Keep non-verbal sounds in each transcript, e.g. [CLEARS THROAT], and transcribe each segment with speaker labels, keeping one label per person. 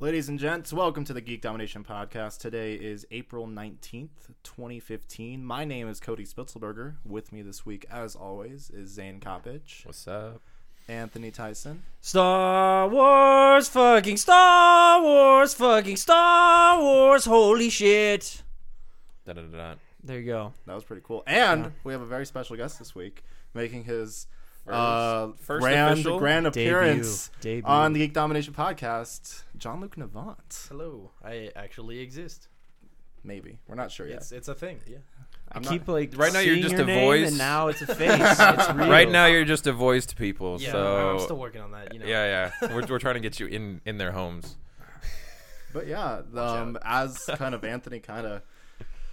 Speaker 1: Ladies and gents, welcome to the Geek Domination Podcast. Today is April 19th, 2015. My name is Cody Spitzelberger. With me this week, as always, is Zane Coppage,
Speaker 2: What's up?
Speaker 1: Anthony Tyson,
Speaker 2: Star Wars, fucking Star Wars, fucking Star Wars, holy shit. Da, da, da, da. There you go.
Speaker 1: That was pretty cool. And we have a very special guest this week making his uh,
Speaker 2: first
Speaker 1: grand,
Speaker 2: official
Speaker 1: grand
Speaker 3: debut-
Speaker 1: appearance
Speaker 3: debut.
Speaker 1: on the Geek Domination podcast, John Luc Navant.
Speaker 4: Hello, I actually exist.
Speaker 1: Maybe. We're not sure yet.
Speaker 4: It's it's a thing. Yeah.
Speaker 3: i
Speaker 1: I'm
Speaker 3: keep
Speaker 1: not,
Speaker 3: like
Speaker 2: Right now you're
Speaker 3: seeing
Speaker 2: just
Speaker 3: your
Speaker 2: a
Speaker 3: name,
Speaker 2: voice.
Speaker 3: and now it's a face.
Speaker 2: [LAUGHS]
Speaker 3: it's real.
Speaker 2: Right now, you're just a voice to people.
Speaker 4: Yeah,
Speaker 2: so
Speaker 4: I'm still working on that. You know.
Speaker 2: yeah, yeah. We're, we're trying to get you in in their homes.
Speaker 1: But yeah, the, um, as kind of Anthony kind of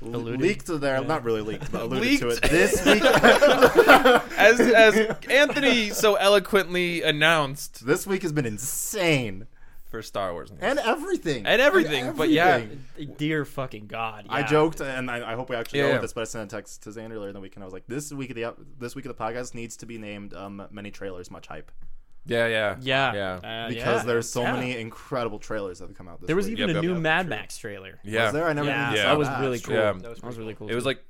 Speaker 3: Alluded.
Speaker 1: leaked to there, not really leaked, but alluded to it
Speaker 2: Leaked.
Speaker 1: this week.
Speaker 2: As uh, as Anthony so eloquently announced
Speaker 1: this week has been insane
Speaker 2: for Star Wars news.
Speaker 1: and everything
Speaker 2: And everything, but yeah.
Speaker 1: everything.
Speaker 3: dear fucking god.
Speaker 1: I
Speaker 3: yeah.
Speaker 1: joked, and I, I hope we actually
Speaker 2: Yeah,
Speaker 1: know
Speaker 2: yeah.
Speaker 1: this. But I sent a text to Zane earlier in the week, and I was like, "This week of the up- this week of the podcast needs to be named um, many trailers, much hype,
Speaker 2: Yeah, yeah,
Speaker 3: Yeah,
Speaker 2: yeah.
Speaker 3: Uh,
Speaker 1: because
Speaker 3: yeah.
Speaker 1: there's so
Speaker 3: Yeah.
Speaker 1: many incredible trailers that have come out this
Speaker 3: There was
Speaker 1: week."
Speaker 3: even
Speaker 2: Yep,
Speaker 3: a
Speaker 2: yep,
Speaker 3: new
Speaker 2: yep,
Speaker 3: Mad Max trailer.
Speaker 2: yeah.
Speaker 1: was there? I never
Speaker 3: Yeah,
Speaker 1: even
Speaker 2: Yeah.
Speaker 1: saw
Speaker 3: that was really cool.
Speaker 2: Yeah.
Speaker 3: That
Speaker 4: That
Speaker 3: was,
Speaker 4: was
Speaker 3: really cool.
Speaker 2: It was
Speaker 3: too.
Speaker 2: like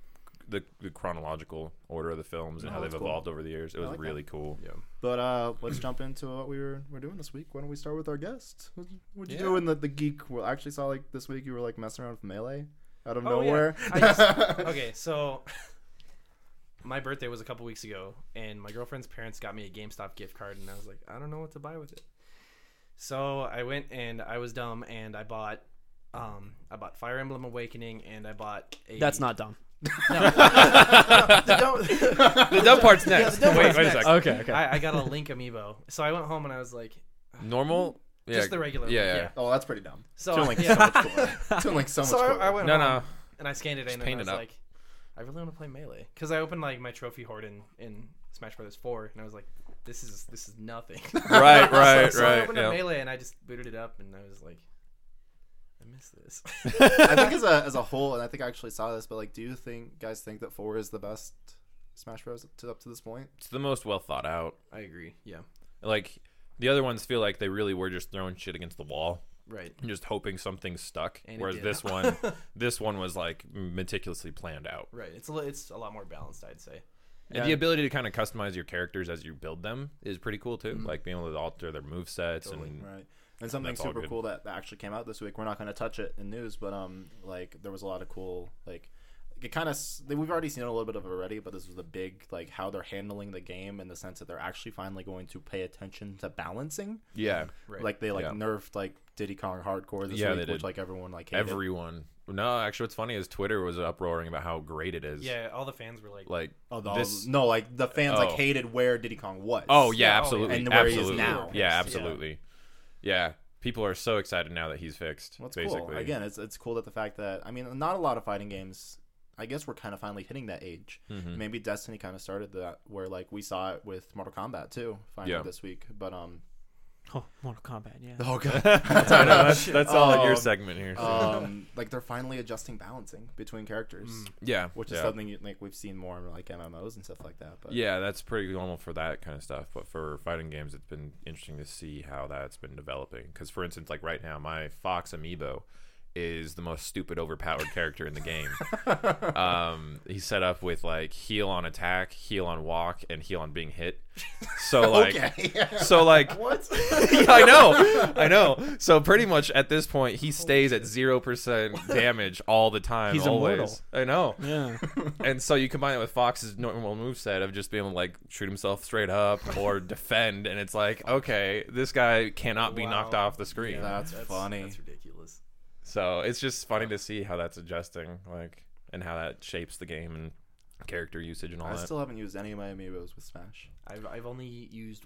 Speaker 2: the the chronological order of the films and
Speaker 1: Oh,
Speaker 2: how
Speaker 1: that's
Speaker 2: they've
Speaker 1: cool.
Speaker 2: evolved over the years. It was
Speaker 1: like that.
Speaker 2: really cool. Yeah.
Speaker 1: But uh, let's jump into what we were we're doing this week. Why don't we start with our guest? What would you
Speaker 2: Yeah.
Speaker 1: do in the, the geek? Well, I actually saw like this week you were like messing around with melee out of
Speaker 4: Oh, yeah.
Speaker 1: nowhere. [LAUGHS]
Speaker 4: I just- okay, so [LAUGHS] my birthday was a couple weeks ago, and my girlfriend's parents got me a GameStop gift card, and I was like, I don't know what to buy with it. So I went and I was dumb, and I bought. Um, I bought Fire Emblem Awakening, and I bought. A,
Speaker 3: That's
Speaker 2: [LAUGHS]
Speaker 3: not dumb.
Speaker 4: the dumb-
Speaker 2: The dumb part's next.
Speaker 4: dumb
Speaker 2: wait,
Speaker 3: [LAUGHS]
Speaker 4: part's
Speaker 2: wait
Speaker 4: next.
Speaker 2: a second.
Speaker 3: Okay,
Speaker 2: [LAUGHS]
Speaker 3: okay.
Speaker 4: I, I got a Link Amiibo, so I went home and I was like,
Speaker 2: Normal. Yeah.
Speaker 4: just the regular.
Speaker 2: Yeah,
Speaker 4: one,
Speaker 2: yeah.
Speaker 1: Oh, that's pretty
Speaker 4: [LAUGHS]
Speaker 1: dumb.
Speaker 4: So,
Speaker 1: Toon Link is
Speaker 4: yeah.
Speaker 1: so much cooler. Toon Link's so much
Speaker 4: [LAUGHS] So
Speaker 1: cooler.
Speaker 4: I, I went
Speaker 2: No,
Speaker 4: home
Speaker 2: no.
Speaker 4: and I scanned it in and
Speaker 2: paint
Speaker 4: I
Speaker 2: it
Speaker 4: was
Speaker 2: up.
Speaker 4: like, I really want to play melee because I opened like my trophy hoard in, in Smash Brothers Four and I was like, this is this is nothing. [LAUGHS]
Speaker 2: Right, right,
Speaker 4: so I
Speaker 2: right.
Speaker 4: opened
Speaker 2: yeah.
Speaker 4: up melee and I just booted it up and I was like, I miss
Speaker 2: [LAUGHS]
Speaker 4: this.
Speaker 1: [LAUGHS] I think as a as a whole, and I think I actually saw this, but like, do you think guys think that four is the best Smash Bros. To, up to this point?
Speaker 2: It's the most well thought out.
Speaker 4: I agree. Yeah.
Speaker 2: Like the other ones feel like they really were just throwing shit against the wall
Speaker 4: Right.
Speaker 2: and just hoping something stuck.
Speaker 4: And it
Speaker 2: whereas
Speaker 4: did. [LAUGHS]
Speaker 2: this one, this one was like meticulously planned out.
Speaker 4: Right. It's a li- it's a lot more balanced, I'd say.
Speaker 2: And the ability to kind of customize your characters as you build them is pretty cool too. Like being able to alter their move sets and
Speaker 1: Right. And something
Speaker 2: That's all
Speaker 1: super
Speaker 2: good.
Speaker 1: cool that, that actually came out this week. We're not going to touch it in news, but um, like there was a lot of cool like it kind of we've already seen a little bit of it already, but this was the big like how they're handling the game in the sense that they're actually finally going to pay attention to balancing.
Speaker 2: yeah,
Speaker 4: Right.
Speaker 1: Like they like
Speaker 2: Yeah.
Speaker 1: nerfed like Diddy Kong Hardcore this
Speaker 2: Yeah,
Speaker 1: week,
Speaker 2: they
Speaker 1: which
Speaker 2: did.
Speaker 1: like everyone like hated.
Speaker 2: everyone. No, actually, what's funny is Twitter was uproaring about how great it is.
Speaker 4: yeah. All the fans were [LAUGHS] like,
Speaker 2: like
Speaker 1: Oh, the,
Speaker 2: this.
Speaker 1: no, like the fans like
Speaker 2: Oh.
Speaker 1: hated where Diddy Kong was.
Speaker 2: Oh yeah,
Speaker 4: Yeah, oh, yeah.
Speaker 2: absolutely,
Speaker 1: And where he is
Speaker 2: absolutely.
Speaker 1: now.
Speaker 2: Yeah,
Speaker 4: Yeah.
Speaker 2: absolutely. Yeah. people are so excited now that he's fixed.
Speaker 1: Well, it's
Speaker 2: basically,
Speaker 1: cool. Again, it's it's cool that the fact that I mean, not a lot of fighting games. I guess we're kind of finally hitting that age.
Speaker 2: Mm-hmm.
Speaker 1: Maybe Destiny kind of started that, where like we saw it with Mortal Kombat too, finally
Speaker 2: Yeah.
Speaker 1: this week. But
Speaker 2: [LAUGHS]
Speaker 1: um,
Speaker 3: oh, Mortal Kombat. Yeah.
Speaker 1: oh god,
Speaker 2: [LAUGHS] I know, that's that's all in your
Speaker 1: Um,
Speaker 2: segment here.
Speaker 1: [LAUGHS]
Speaker 2: so- [LAUGHS]
Speaker 1: um, like they're finally adjusting balancing between characters,
Speaker 2: yeah,
Speaker 1: which is
Speaker 2: Mm. yeah.
Speaker 1: something you- like we've seen more in like MMOs and stuff like that. [LAUGHS] But
Speaker 2: Yeah, that's pretty normal for that kind of stuff. But for fighting games, it's been interesting to see how that's been developing. Because, for instance, like right now, my Fox amiibo is the most stupid, overpowered character in
Speaker 1: [LAUGHS]
Speaker 2: the game. um, he's set up with like heal on attack, heal on walk, and heal on being
Speaker 1: [LAUGHS]
Speaker 2: hit. So like,
Speaker 1: okay, [LAUGHS]
Speaker 2: so like,
Speaker 1: what?
Speaker 2: [LAUGHS] Yeah, I know, I know. So pretty much at this point, he stays at zero percent damage all the time.
Speaker 3: He's
Speaker 2: always. I know.
Speaker 3: Yeah.
Speaker 2: And so you combine it with Fox's normal moveset of just being able to like shoot himself straight up or defend, and it's like, okay, this guy cannot be
Speaker 4: Wow.
Speaker 2: knocked off the screen.
Speaker 1: that's, funny.
Speaker 4: That's ridiculous.
Speaker 2: So it's just funny to see how that's adjusting, like, and how that shapes the game and character usage and all
Speaker 1: I
Speaker 2: that.
Speaker 1: still haven't used any of my amiibos with Smash.
Speaker 4: I've I've only used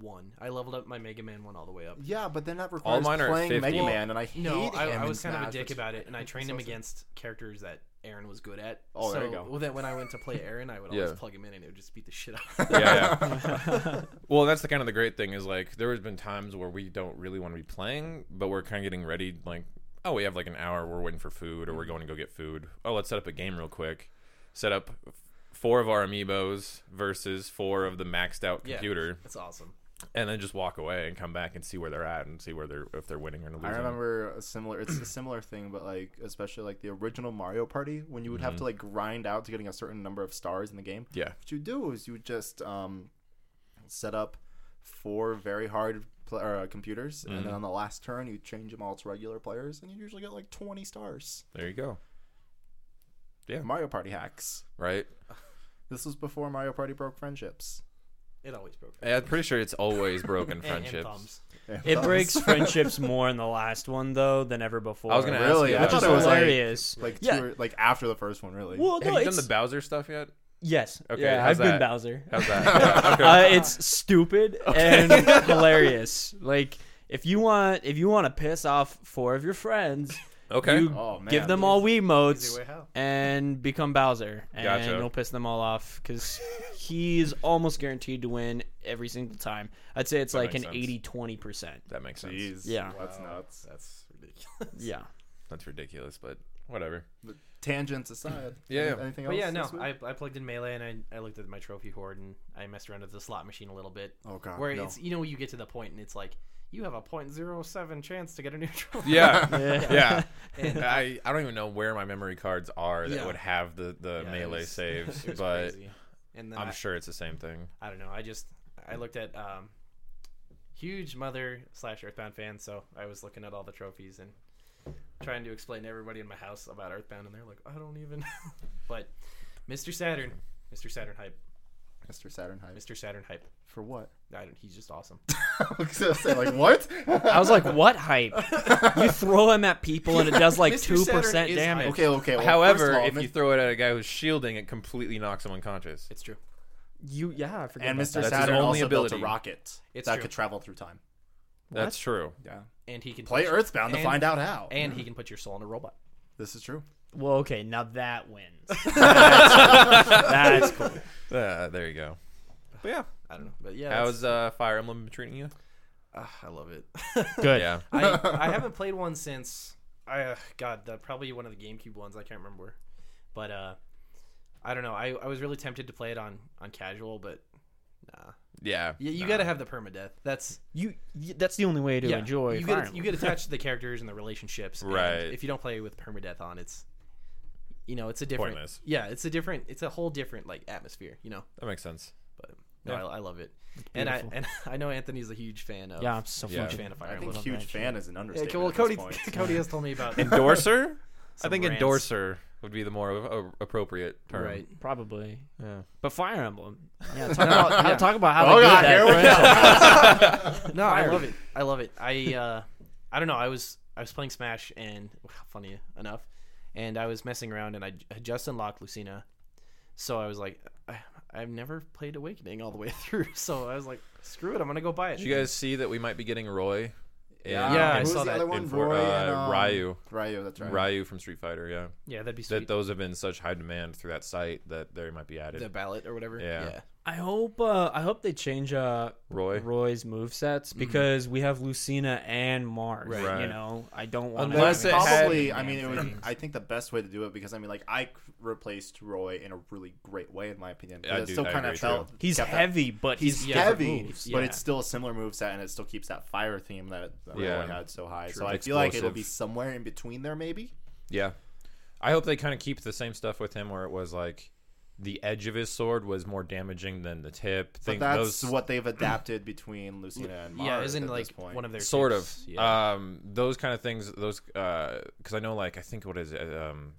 Speaker 4: one. I leveled up my Mega Man one all the way up.
Speaker 1: Yeah, but then that requires
Speaker 2: mine are
Speaker 1: playing
Speaker 2: 50.
Speaker 1: Mega Man, and I
Speaker 4: No,
Speaker 1: hate
Speaker 4: I,
Speaker 1: him
Speaker 4: I
Speaker 1: in
Speaker 4: was kind of a
Speaker 1: Smash,
Speaker 4: dick
Speaker 1: which-
Speaker 4: about it, and I trained him
Speaker 1: so sad.
Speaker 4: against characters that Aaron was good at.
Speaker 1: Oh,
Speaker 4: so,
Speaker 1: there you go.
Speaker 4: Well, then when I went to play Aaron, I would
Speaker 2: Yeah.
Speaker 4: always plug him in, and it would just beat the shit out. of him. [LAUGHS]
Speaker 2: yeah, yeah. well, that's the kind of the great thing is like there has been times where we don't really want to be playing, but we're kind of getting ready. Like, oh, we have like an hour. We're waiting for food, or we're going to go get food. Oh, let's set up a game real quick. Set up f- four of our amiibos versus four of the maxed out
Speaker 4: Yeah.
Speaker 2: computer,
Speaker 4: That's awesome.
Speaker 2: and then just walk away and come back and see where they're at and see where they're if they're winning or losing.
Speaker 1: I remember a similar. It's a similar thing, but like especially like the original Mario Party, when you would
Speaker 3: Mm-hmm.
Speaker 1: have to like grind out to getting a certain number of stars in the game.
Speaker 2: Yeah.
Speaker 1: What you do is you would just um, set up four very hard pl- or, uh, computers, and
Speaker 3: Mm-hmm.
Speaker 1: then on the last turn you change them all to regular players, and you usually get like twenty stars.
Speaker 2: There you go. Yeah.
Speaker 1: Mario Party hacks.
Speaker 2: Right.
Speaker 1: This was before Mario Party broke friendships.
Speaker 4: It always broke.
Speaker 2: Yeah, I'm pretty sure it's always broken
Speaker 4: And- and
Speaker 2: friendships.
Speaker 4: thumbs.
Speaker 1: [LAUGHS]
Speaker 3: It breaks friendships more in the last one though than ever before.
Speaker 2: I was gonna
Speaker 1: Really? I
Speaker 2: ask. You,
Speaker 3: which
Speaker 1: thought
Speaker 3: is
Speaker 1: it was like-
Speaker 3: hilarious.
Speaker 1: like two
Speaker 3: Yeah.
Speaker 1: or, like after the first one, really.
Speaker 3: well,
Speaker 2: have
Speaker 3: no,
Speaker 2: you
Speaker 3: it's
Speaker 2: done the Bowser stuff yet?
Speaker 3: yes.
Speaker 2: Okay,
Speaker 3: yeah,
Speaker 2: how's
Speaker 3: I've been
Speaker 2: that?
Speaker 3: Bowser.
Speaker 2: How's that? Okay. [LAUGHS]
Speaker 3: uh, it's stupid and hilarious. Like if you want, if you want to piss off four of your friends,
Speaker 2: okay.
Speaker 3: you
Speaker 1: Oh, man.
Speaker 3: give them all
Speaker 4: Easy
Speaker 3: Wiimotes
Speaker 4: way how.
Speaker 3: and become Bowser, and
Speaker 2: Gotcha.
Speaker 3: you'll piss them all off because he's almost guaranteed to win every single time. I'd say it's
Speaker 2: That
Speaker 3: like an
Speaker 2: makes sense.
Speaker 3: 80 20 percent.
Speaker 2: that makes sense.
Speaker 1: Jeez.
Speaker 3: Yeah.
Speaker 1: That's
Speaker 4: Wow.
Speaker 1: nuts.
Speaker 4: That's ridiculous.
Speaker 3: Yeah,
Speaker 2: [LAUGHS] That's ridiculous, but whatever.
Speaker 1: Tangents aside.
Speaker 2: Yeah.
Speaker 1: any- Anything else?
Speaker 4: But yeah, no,
Speaker 1: this week?
Speaker 4: I, I plugged in melee and I, I looked at my trophy hoard and I messed around with the slot machine a little bit.
Speaker 1: Oh, God,
Speaker 4: Where
Speaker 1: no.
Speaker 4: it's you know you get to the point and it's like you have a point zero seven chance to get a new
Speaker 2: [LAUGHS] [LAUGHS]
Speaker 4: trophy.
Speaker 2: Yeah.
Speaker 3: Yeah.
Speaker 2: yeah. I, I don't even know where my memory cards are that
Speaker 4: Yeah.
Speaker 2: would have the, the
Speaker 4: [LAUGHS] Yeah, it
Speaker 2: melee
Speaker 4: was-
Speaker 2: saves,
Speaker 4: [LAUGHS] it was
Speaker 2: but
Speaker 4: crazy. and then
Speaker 2: I'm
Speaker 4: I,
Speaker 2: sure it's the same thing.
Speaker 4: I don't know. I just I looked at um, huge mother slash Earthbound fan, so I was looking at all the trophies and trying to explain to everybody in my house about Earthbound, and they're like, I don't even. [LAUGHS] but Mr. Saturn, Mr. Saturn hype,
Speaker 1: Mr. Saturn hype.
Speaker 4: Mr. Saturn hype.
Speaker 1: For [LAUGHS] what?
Speaker 4: I don't, he's just awesome.
Speaker 1: like what?
Speaker 3: I was like, what hype? you throw him at people and it does
Speaker 4: [LAUGHS]
Speaker 3: like
Speaker 4: Mr.
Speaker 3: two
Speaker 4: Saturn
Speaker 3: percent
Speaker 4: is
Speaker 3: damage.
Speaker 1: okay, okay. Well, first
Speaker 2: However,
Speaker 1: of all,
Speaker 2: if
Speaker 1: Mi-
Speaker 2: you throw it at a guy who's shielding, it completely knocks him unconscious.
Speaker 4: It's true.
Speaker 3: You yeah, I forget.
Speaker 1: and
Speaker 3: about
Speaker 1: Mr.
Speaker 3: that.
Speaker 2: his
Speaker 1: Saturn
Speaker 2: only
Speaker 1: also built a
Speaker 2: ability.
Speaker 1: rocket
Speaker 4: It's
Speaker 1: that
Speaker 4: true.
Speaker 1: could travel through time.
Speaker 2: That's [LAUGHS] true.
Speaker 1: Yeah.
Speaker 4: And he can
Speaker 1: Play
Speaker 4: push-
Speaker 1: Earthbound to
Speaker 4: and-
Speaker 1: find out how.
Speaker 4: And he can put your soul in a robot.
Speaker 1: this is true.
Speaker 3: Well, okay, now that wins.
Speaker 2: [LAUGHS]
Speaker 3: That's cool.
Speaker 2: Uh, there you go. But yeah,
Speaker 4: I don't know, but yeah,
Speaker 2: how's uh, Fire Emblem treating you?
Speaker 4: that's- ah, I love it. [LAUGHS]
Speaker 3: Good.
Speaker 2: Yeah,
Speaker 4: I, [LAUGHS] I haven't played one since I uh, God, the, probably one of the GameCube ones. I can't remember, but uh, I don't know. I, I was really tempted to play it on on casual, but nah.
Speaker 2: yeah.
Speaker 4: Yeah, you
Speaker 2: Nah.
Speaker 4: got to have the permadeath. That's
Speaker 3: You, you. That's the only way to
Speaker 4: yeah.
Speaker 3: enjoy.
Speaker 4: You
Speaker 3: Fire
Speaker 4: get you
Speaker 3: Emblem.
Speaker 4: get attached to the characters and the relationships. and
Speaker 2: Right.
Speaker 4: if you don't play with permadeath on, it's you know it's a different.
Speaker 2: Pointless.
Speaker 4: Yeah, it's a different. It's a whole different like atmosphere. You know,
Speaker 2: That makes sense.
Speaker 4: but no,
Speaker 2: Yeah.
Speaker 4: I, I love it. And I
Speaker 3: beautiful.
Speaker 4: and [LAUGHS] I know Anthony's a huge fan of
Speaker 3: yeah, I'm so
Speaker 2: Yeah.
Speaker 4: huge
Speaker 3: fucking.
Speaker 4: fan of Fire
Speaker 1: I
Speaker 4: Emblem.
Speaker 1: think
Speaker 3: love
Speaker 1: huge
Speaker 3: that
Speaker 1: fan is an
Speaker 4: Yeah,
Speaker 1: understatement.
Speaker 4: okay, well,
Speaker 1: at this
Speaker 4: Cody,
Speaker 1: point.
Speaker 4: [LAUGHS] Cody has told me
Speaker 2: [LAUGHS]
Speaker 4: about
Speaker 2: Endorser? [LAUGHS] I
Speaker 4: Some
Speaker 2: think
Speaker 4: rants.
Speaker 2: endorser would be the more of a- appropriate term.
Speaker 4: right.
Speaker 3: Probably.
Speaker 2: Yeah.
Speaker 3: But Fire Emblem. [LAUGHS] Yeah, talk about, how- talk about how
Speaker 1: Oh,
Speaker 3: they
Speaker 1: God,
Speaker 3: did
Speaker 1: here we go.
Speaker 3: [LAUGHS] that.
Speaker 4: No, I love it. I love it. I uh, [LAUGHS] I don't know. I was I was playing Smash and [LAUGHS] funny enough, and I was messing around and I j- had just unlocked Lucina, so I was like, I, I've never played Awakening all the way [LAUGHS] through, so I was like, screw it, I'm gonna go buy it.
Speaker 2: Did you guys see that we might be getting Roy? in-
Speaker 1: Yeah,
Speaker 4: Yeah, I
Speaker 2: in-
Speaker 1: who's
Speaker 4: saw
Speaker 1: the
Speaker 4: that
Speaker 1: other
Speaker 2: in
Speaker 1: one?
Speaker 2: for-
Speaker 1: Roy and,
Speaker 2: uh,
Speaker 1: um,
Speaker 2: Ryu.
Speaker 1: Ryu, that's right.
Speaker 2: Ryu from Street Fighter, yeah.
Speaker 4: yeah, that'd be
Speaker 2: That
Speaker 4: sweet.
Speaker 2: those have been such high demand through that site that they might be added.
Speaker 4: the ballot or whatever.
Speaker 2: Yeah.
Speaker 3: I hope. Uh, I hope they change uh,
Speaker 2: Roy.
Speaker 3: Roy's movesets because we have Lucina and Mars.
Speaker 2: Mm-hmm. Right.
Speaker 3: You know, I don't want
Speaker 2: Unless
Speaker 3: to.
Speaker 2: it had-
Speaker 1: Probably, I mean, it was. I think the best way to do it because I mean, like, I replaced Roy in a really great way, in my opinion.
Speaker 2: I
Speaker 1: But it
Speaker 2: do-
Speaker 1: still
Speaker 2: I
Speaker 1: kind
Speaker 2: agree,
Speaker 1: of felt
Speaker 3: He's
Speaker 1: kept that-
Speaker 3: heavy, but
Speaker 1: he's
Speaker 3: he's,
Speaker 1: heavy, but
Speaker 3: yeah.
Speaker 1: it's still a similar moveset, and it still keeps that fire theme that that Roy
Speaker 2: Yeah.
Speaker 1: had so high.
Speaker 2: True.
Speaker 1: So I feel like
Speaker 2: Explosive.
Speaker 1: it'll be somewhere in between there, maybe.
Speaker 2: Yeah. I hope they kind of keep the same stuff with him where it was like the edge of his sword was more damaging than the tip.
Speaker 1: But
Speaker 2: Think
Speaker 1: that's
Speaker 2: those
Speaker 1: what they've adapted between Lucina and Mars.
Speaker 4: yeah, isn't
Speaker 1: at
Speaker 4: like
Speaker 1: this point.
Speaker 4: one of their
Speaker 2: sort of
Speaker 4: tips?
Speaker 2: um those kind of things those uh cuz I know like I think what is it um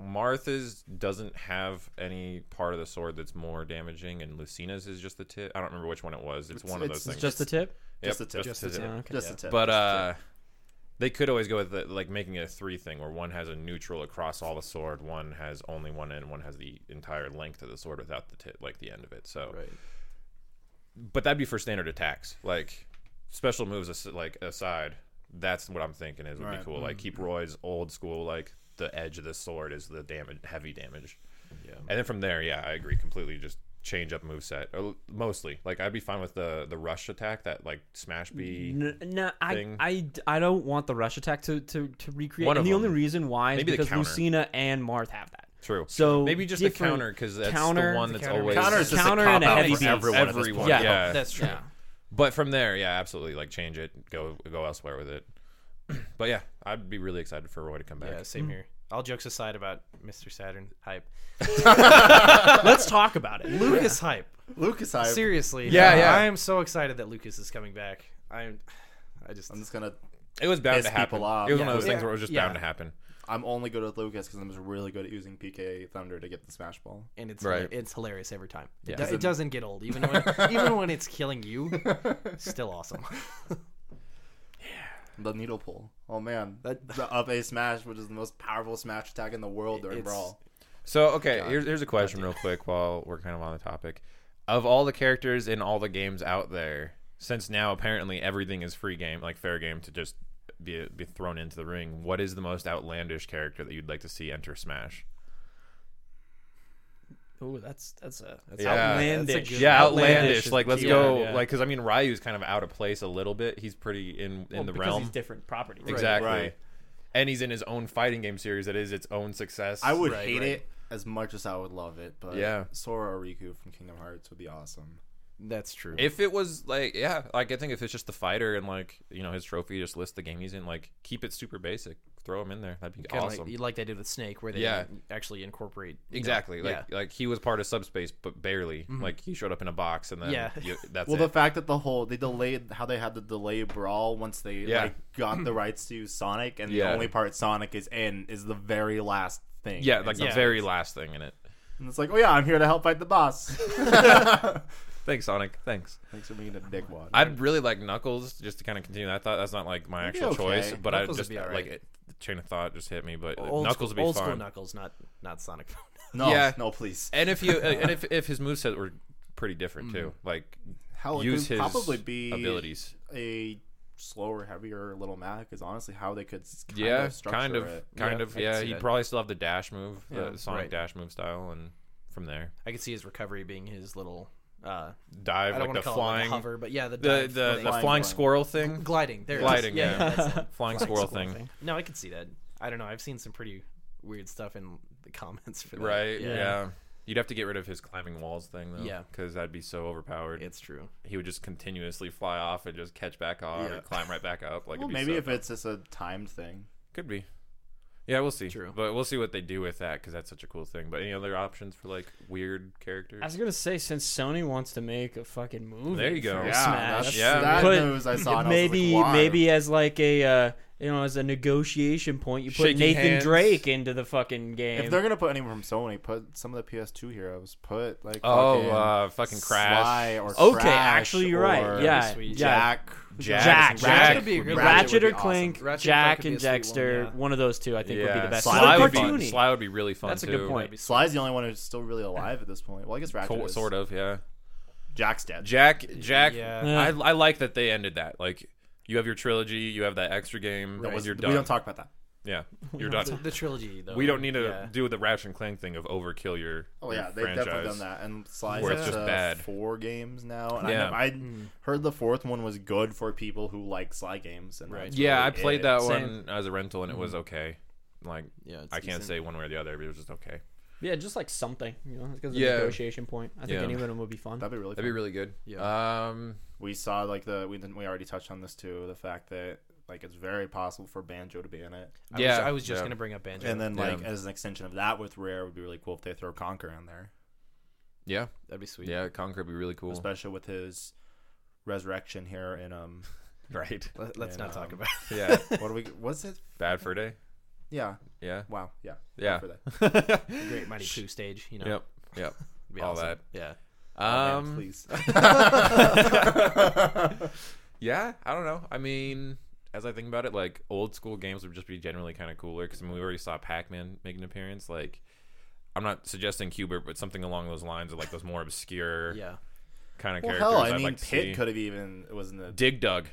Speaker 2: Martha's doesn't have any part of the sword that's more damaging and Lucina's is just the tip. I don't remember which one it was. It's,
Speaker 1: It's-
Speaker 2: one of
Speaker 1: it's
Speaker 2: those things.
Speaker 3: just the tip.
Speaker 1: just the tip. Just
Speaker 2: just the
Speaker 1: the
Speaker 2: tip.
Speaker 3: Yeah, okay.
Speaker 1: just a tip.
Speaker 2: But uh, they could always go with the, like making it a three thing, where one has a neutral across all the sword, one has only one end, one has the entire length of the sword without the tit, like the end of it. So,
Speaker 4: Right.
Speaker 2: but that'd be for standard attacks, like special moves as- like aside. That's what I'm thinking is would be
Speaker 1: Right.
Speaker 2: cool. Like
Speaker 4: Mm-hmm.
Speaker 2: keep Roy's old school, like the edge of the sword is the damage, heavy damage.
Speaker 4: Yeah.
Speaker 2: And then from there, yeah, I agree completely. Just change up moveset, or l- mostly. Like I'd be fine with the the rush attack, that like smash B.
Speaker 3: N- No, I,
Speaker 2: thing.
Speaker 3: I, I don't want the rush attack to to, to recreate.
Speaker 2: One
Speaker 3: and
Speaker 2: of
Speaker 3: the only
Speaker 2: them.
Speaker 3: reason why is
Speaker 2: Maybe the
Speaker 3: because
Speaker 2: counter.
Speaker 3: Lucina and Marth have that.
Speaker 2: True.
Speaker 3: So
Speaker 2: Maybe just a
Speaker 3: different-
Speaker 2: counter because that's
Speaker 3: counter-
Speaker 2: the one that's
Speaker 4: Counter
Speaker 2: always
Speaker 4: makes-
Speaker 1: Counter is just
Speaker 3: Counter
Speaker 1: a
Speaker 3: and
Speaker 1: cop
Speaker 3: a
Speaker 1: out
Speaker 3: heavy
Speaker 1: for
Speaker 3: beat.
Speaker 1: everyone. at this
Speaker 2: Everyone,
Speaker 1: point.
Speaker 3: Yeah.
Speaker 2: uh, yeah.
Speaker 4: That's true.
Speaker 3: Yeah.
Speaker 2: But from there, yeah, absolutely. Like change it, go go elsewhere with it. [CLEARS THROAT] but yeah, I'd be really excited for Roy to come back.
Speaker 4: Yeah, same here. All jokes aside about Mr. Saturn
Speaker 2: [LAUGHS]
Speaker 4: hype. [LAUGHS]
Speaker 3: Let's talk about it.
Speaker 4: Lucas hype.
Speaker 1: Lucas, I,
Speaker 4: Seriously.
Speaker 2: Yeah, yeah.
Speaker 4: I am so excited that Lucas is coming back. I'm I just
Speaker 1: I'm just gonna.
Speaker 2: It was bound
Speaker 1: Piss
Speaker 2: to happen. It
Speaker 1: people off.
Speaker 2: was
Speaker 1: Yeah.
Speaker 2: one of those things
Speaker 4: Yeah.
Speaker 2: where it was just
Speaker 3: Yeah.
Speaker 2: bound to happen.
Speaker 1: I'm only good with Lucas because I'm just really good at using PK Thunder to get the smash ball.
Speaker 4: and it's
Speaker 2: Right.
Speaker 4: it's hilarious every time. It,
Speaker 2: Yeah.
Speaker 4: do- it doesn't get old, even when
Speaker 2: [LAUGHS]
Speaker 4: even when it's killing you. Still awesome.
Speaker 1: The needle pull. Oh man, that the up A smash, which is the most powerful smash attack in the world during
Speaker 4: It's-
Speaker 1: Brawl.
Speaker 2: So okay, here's here's a question real quick while we're kind of on the topic. Of all the characters in all the games out there, since now apparently everything is free game, like fair game to just be be thrown into the ring, what is the most outlandish character that you'd like to see enter Smash?
Speaker 3: Ooh, that's that's a that's
Speaker 2: Yeah.
Speaker 3: outlandish.
Speaker 4: That's a good-
Speaker 2: Yeah, outlandish.
Speaker 3: is
Speaker 2: Like
Speaker 3: the
Speaker 2: let's
Speaker 3: key
Speaker 2: go
Speaker 3: word,
Speaker 2: like
Speaker 3: yeah.
Speaker 2: 'cause like cuz I mean Ryu's kind of out of place a little bit. He's pretty in in
Speaker 3: Well,
Speaker 2: the
Speaker 3: because
Speaker 2: realm.
Speaker 3: He's different properties.
Speaker 2: Exactly.
Speaker 1: Right.
Speaker 2: And he's in his own fighting game series that is its own success.
Speaker 1: I would
Speaker 4: Right,
Speaker 1: hate
Speaker 4: right.
Speaker 1: it as much as I would love it, but
Speaker 2: Yeah.
Speaker 1: Sora or Riku from Kingdom Hearts would be awesome.
Speaker 4: That's true.
Speaker 2: if it was like yeah, like I think if it's just the fighter and like you know his trophy just list the game he's in, like keep it super basic, throw him in there. That'd be
Speaker 4: Kinda
Speaker 2: awesome.
Speaker 4: like, like they did with Snake, where they
Speaker 2: Yeah.
Speaker 4: actually incorporate you know,
Speaker 2: exactly. Like
Speaker 4: yeah.
Speaker 2: like he was part of subspace but barely. Like he showed up in a box and then
Speaker 4: Yeah.
Speaker 2: you, that's
Speaker 1: Well,
Speaker 2: it.
Speaker 1: the fact that the whole they delayed how they had to delay Brawl once they
Speaker 2: Yeah.
Speaker 1: like got [CLEARS THROAT] the rights to Sonic, and
Speaker 2: Yeah.
Speaker 1: the only part Sonic is in is the very last thing.
Speaker 2: yeah, like the
Speaker 4: Yeah.
Speaker 2: very last thing in it.
Speaker 1: and it's like, oh yeah, I'm here to help fight the [LAUGHS] boss.
Speaker 2: Thanks, Sonic. Thanks.
Speaker 1: Thanks for being a dickwad.
Speaker 2: I'd really like Knuckles just to kind of continue that thought. That's not like my
Speaker 1: He'd be
Speaker 2: actual choice,
Speaker 1: okay.
Speaker 2: but I
Speaker 4: Knuckles would
Speaker 2: just uh,
Speaker 4: be all
Speaker 2: like
Speaker 4: right.
Speaker 2: it, the chain of thought just hit me. But
Speaker 4: old
Speaker 2: Knuckles
Speaker 4: school,
Speaker 2: would be
Speaker 4: old
Speaker 2: fun.
Speaker 4: school Knuckles, not not Sonic. [LAUGHS]
Speaker 1: no,
Speaker 2: yeah.
Speaker 1: no, please.
Speaker 2: And if you and if if his moveset were pretty different too,
Speaker 4: Mm.
Speaker 2: like
Speaker 4: Oh,
Speaker 1: Hell, it
Speaker 2: use
Speaker 1: could
Speaker 2: his
Speaker 1: probably be
Speaker 2: abilities.
Speaker 1: a slower, heavier little Mac is honestly how they could s- kind
Speaker 2: yeah,
Speaker 1: of structure
Speaker 2: kind of,
Speaker 1: it.
Speaker 2: kind
Speaker 4: Yeah,
Speaker 2: of.
Speaker 4: I can
Speaker 2: Yeah,
Speaker 4: see
Speaker 2: he'd
Speaker 4: that.
Speaker 2: probably still have the dash move,
Speaker 1: Yeah,
Speaker 2: the Sonic
Speaker 4: right.
Speaker 2: dash move style, and from there
Speaker 4: I could see his recovery being his little. Uh, I
Speaker 2: dive
Speaker 4: don't
Speaker 2: like
Speaker 4: want
Speaker 2: the
Speaker 4: to call it
Speaker 2: flying,
Speaker 4: like a hover, but yeah, the
Speaker 2: the the,
Speaker 4: dive
Speaker 2: the
Speaker 4: thing.
Speaker 2: flying,
Speaker 1: Flying
Speaker 2: squirrel thing,
Speaker 4: gliding, there it is.
Speaker 2: gliding,
Speaker 4: Yeah,
Speaker 2: yeah. [LAUGHS]
Speaker 4: that's it.
Speaker 2: flying squirrel thing,
Speaker 4: no, I could see that. I don't know. I've seen some pretty weird stuff in the comments for that.
Speaker 2: right?
Speaker 4: Yeah,
Speaker 2: Yeah. You'd have to get rid of his climbing walls thing though,
Speaker 4: Yeah.
Speaker 2: because that'd be so overpowered.
Speaker 4: it's true.
Speaker 2: he would just continuously fly off and just catch back on
Speaker 1: Yeah.
Speaker 2: and climb right back up. Like
Speaker 1: Well,
Speaker 2: it'd be
Speaker 1: maybe
Speaker 2: so
Speaker 1: if it's just a timed thing.
Speaker 2: Could be. Yeah, we'll see.
Speaker 4: True.
Speaker 2: But we'll see what they do with that because that's such a cool thing. But any other options for like weird characters?
Speaker 3: I was gonna say since Sony wants to make a fucking movie,
Speaker 2: There you go.
Speaker 3: for
Speaker 2: Yeah,
Speaker 3: Smash.
Speaker 1: that's-
Speaker 2: Yeah.
Speaker 1: that
Speaker 3: Put-
Speaker 1: news I saw. and I was like,
Speaker 3: maybe
Speaker 1: why?
Speaker 3: maybe as like a uh, you know as a negotiation point, you put
Speaker 2: Shaking
Speaker 3: Nathan
Speaker 2: hands.
Speaker 3: Drake into the fucking game.
Speaker 1: if they're gonna put anyone from Sony, put some of the PS2 heroes. Put like
Speaker 2: oh,
Speaker 1: fucking
Speaker 2: uh, fucking
Speaker 1: Sly
Speaker 2: Crash.
Speaker 1: or
Speaker 3: Okay,
Speaker 1: Crash
Speaker 3: actually, you're right.
Speaker 1: or
Speaker 3: Yeah,
Speaker 4: Sweet.
Speaker 3: yeah.
Speaker 1: Jack,
Speaker 2: Jack.
Speaker 3: Jack.
Speaker 4: Ratchet would be a good one.
Speaker 1: Ratchet
Speaker 3: Ratchet
Speaker 1: would
Speaker 3: or
Speaker 1: be
Speaker 3: Clank,
Speaker 1: awesome.
Speaker 4: Ratchet and Clank
Speaker 3: Jack
Speaker 4: would be
Speaker 3: and
Speaker 4: a sweet one,
Speaker 3: Jackster,
Speaker 4: yeah.
Speaker 3: one, of those two, I think would be the best.
Speaker 2: Sly
Speaker 3: Something
Speaker 2: would be fun.
Speaker 3: cartoony.
Speaker 2: Sly would be really fun
Speaker 3: That's a
Speaker 2: too.
Speaker 3: good point.
Speaker 1: Sly's the only one who's still really alive at this point. Well, I guess Ratchet
Speaker 2: Co-
Speaker 1: is.
Speaker 2: sort of, yeah.
Speaker 1: Jack's dead.
Speaker 2: Jack, Jack.
Speaker 4: Yeah.
Speaker 2: I, I like that they ended that. Like, you have your trilogy, you have that extra game.
Speaker 1: That was-
Speaker 2: You're
Speaker 1: we
Speaker 2: done.
Speaker 1: don't talk about that. [LAUGHS]
Speaker 2: yeah, you're
Speaker 4: The,
Speaker 2: done.
Speaker 4: the trilogy, though.
Speaker 2: We don't need to
Speaker 4: Yeah.
Speaker 2: do the Ratchet and Clank thing of overkill your.
Speaker 1: Oh
Speaker 2: your
Speaker 1: yeah, they've
Speaker 2: franchise.
Speaker 1: definitely done that. And Sly's
Speaker 2: Where it's
Speaker 1: up
Speaker 2: just
Speaker 1: to
Speaker 2: bad.
Speaker 1: four games now. And
Speaker 2: Yeah.
Speaker 1: I, never, I heard the fourth one was good for people who like Sly games. And
Speaker 4: Right.
Speaker 1: that's
Speaker 2: Yeah,
Speaker 1: really
Speaker 2: I played
Speaker 1: it.
Speaker 2: that
Speaker 3: Same.
Speaker 2: one as a rental and it
Speaker 1: Mm-hmm.
Speaker 2: was okay. Like,
Speaker 4: Yeah, it's
Speaker 2: I can't
Speaker 4: decent.
Speaker 2: say one way or the other, but it was just okay.
Speaker 3: Yeah, just like something, you know, because
Speaker 2: Yeah.
Speaker 3: a negotiation point. I think
Speaker 2: Yeah.
Speaker 3: any of them would be fun.
Speaker 1: That'd be really.
Speaker 2: That'd be
Speaker 1: fun.
Speaker 2: really good.
Speaker 4: Yeah.
Speaker 2: Um,
Speaker 1: we saw like the we didn't, we already touched on this too. The fact that like it's very possible for Banjo to be in it,
Speaker 4: I
Speaker 2: Yeah,
Speaker 4: was, I was just
Speaker 2: yeah.
Speaker 4: gonna bring up Banjo.
Speaker 1: and then like
Speaker 2: Yeah.
Speaker 1: as an extension of that with Rare would be really cool if they throw Conquer in there,
Speaker 2: yeah,
Speaker 4: that'd be sweet.
Speaker 2: yeah. Conquer would be really cool.
Speaker 1: especially with his resurrection here in um
Speaker 2: [LAUGHS] Right.
Speaker 4: Let, let's
Speaker 1: And,
Speaker 4: not talk
Speaker 1: um,
Speaker 4: about. [LAUGHS] It.
Speaker 1: [LAUGHS]
Speaker 2: Yeah.
Speaker 1: what do we what's it
Speaker 2: Bad for day.
Speaker 1: yeah
Speaker 2: Yeah.
Speaker 1: wow yeah
Speaker 2: Yeah.
Speaker 1: for
Speaker 2: [LAUGHS]
Speaker 1: that
Speaker 4: The Great Mighty Pooh stage, you know.
Speaker 2: Yep.
Speaker 1: [LAUGHS]
Speaker 2: Yep.
Speaker 4: it'd be
Speaker 2: all
Speaker 4: awesome.
Speaker 2: that.
Speaker 4: Yeah.
Speaker 1: Oh, man,
Speaker 2: Um, [LAUGHS]
Speaker 1: please
Speaker 2: yeah. I don't know. I mean, as I think about it, like old school games would just be generally kind of cooler because I mean, we already saw Pac Man make an appearance. Like, I'm not suggesting Cubert, but something along those lines of like those more obscure
Speaker 4: [LAUGHS] Yeah.
Speaker 2: kind of
Speaker 1: well
Speaker 2: characters.
Speaker 1: hell I
Speaker 2: I'd
Speaker 1: mean
Speaker 2: like to
Speaker 1: Pit
Speaker 2: see.
Speaker 1: could have even it was in the
Speaker 2: Dig Dug.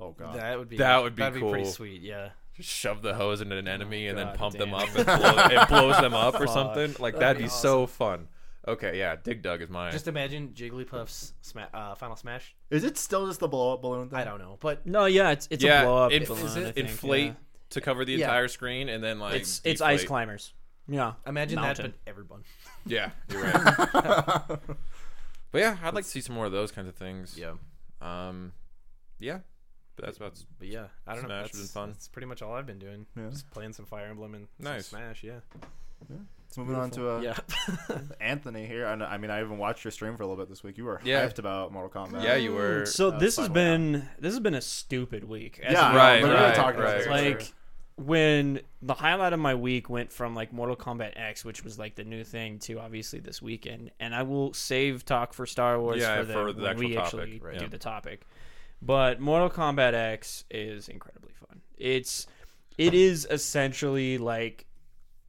Speaker 1: oh god
Speaker 4: That would be.
Speaker 2: That would be
Speaker 4: that'd Be pretty
Speaker 2: cool.
Speaker 4: sweet. Yeah.
Speaker 2: Just shove the hose into an enemy and then
Speaker 4: God
Speaker 2: pump them
Speaker 4: damn.
Speaker 2: up and blow, it blows them up or something. Like that'd, be, so fun. Okay, yeah, Dig Dug is mine.
Speaker 4: Just imagine Jigglypuff's sma- uh, Final Smash.
Speaker 1: is it still just the blow up balloon thing
Speaker 4: I don't know, but
Speaker 3: no, yeah, it's it's
Speaker 2: yeah,
Speaker 3: a blow up.
Speaker 2: inf-
Speaker 3: balloon,
Speaker 2: is
Speaker 3: I
Speaker 2: it
Speaker 3: think,
Speaker 2: inflate
Speaker 3: yeah.
Speaker 2: to cover the
Speaker 4: Yeah.
Speaker 2: entire screen and then like
Speaker 3: It's it's ice
Speaker 2: deflate.
Speaker 3: climbers. Yeah.
Speaker 4: Imagine that,
Speaker 3: Mountain.
Speaker 4: but everyone.
Speaker 2: Yeah, you're right. but yeah, I'd like to see some more of those kinds of things.
Speaker 4: Yeah,
Speaker 2: Um, yeah, but that's about
Speaker 4: but yeah, I don't know.
Speaker 2: Smash
Speaker 4: That's,
Speaker 2: has been fun.
Speaker 4: that's pretty much all I've been doing.
Speaker 1: Yeah.
Speaker 4: Just playing some Fire Emblem and some
Speaker 2: Nice.
Speaker 4: Smash. Yeah.
Speaker 1: So moving on to uh,
Speaker 4: yeah.
Speaker 1: Anthony here. I, know, I mean, I even watched your stream for a little bit this week. You were
Speaker 2: Yeah.
Speaker 1: hyped about Mortal Kombat.
Speaker 2: yeah. You were
Speaker 3: So
Speaker 1: uh,
Speaker 3: this has
Speaker 1: Final
Speaker 3: been this has been a stupid week. as
Speaker 1: Yeah,
Speaker 3: a
Speaker 1: I know,
Speaker 2: Right,
Speaker 1: we're
Speaker 2: right,
Speaker 1: really talking about
Speaker 2: right.
Speaker 1: this.
Speaker 3: like when the highlight of my week went from like Mortal Kombat X, which was like the new thing, to obviously this weekend. And I will save talk for Star Wars
Speaker 2: Yeah,
Speaker 3: for the,
Speaker 2: for the
Speaker 3: when
Speaker 2: actual
Speaker 3: we
Speaker 2: topic,
Speaker 3: actually
Speaker 2: right.
Speaker 3: do
Speaker 2: Yeah.
Speaker 3: the topic. But Mortal Kombat X is incredibly fun. It's it is essentially like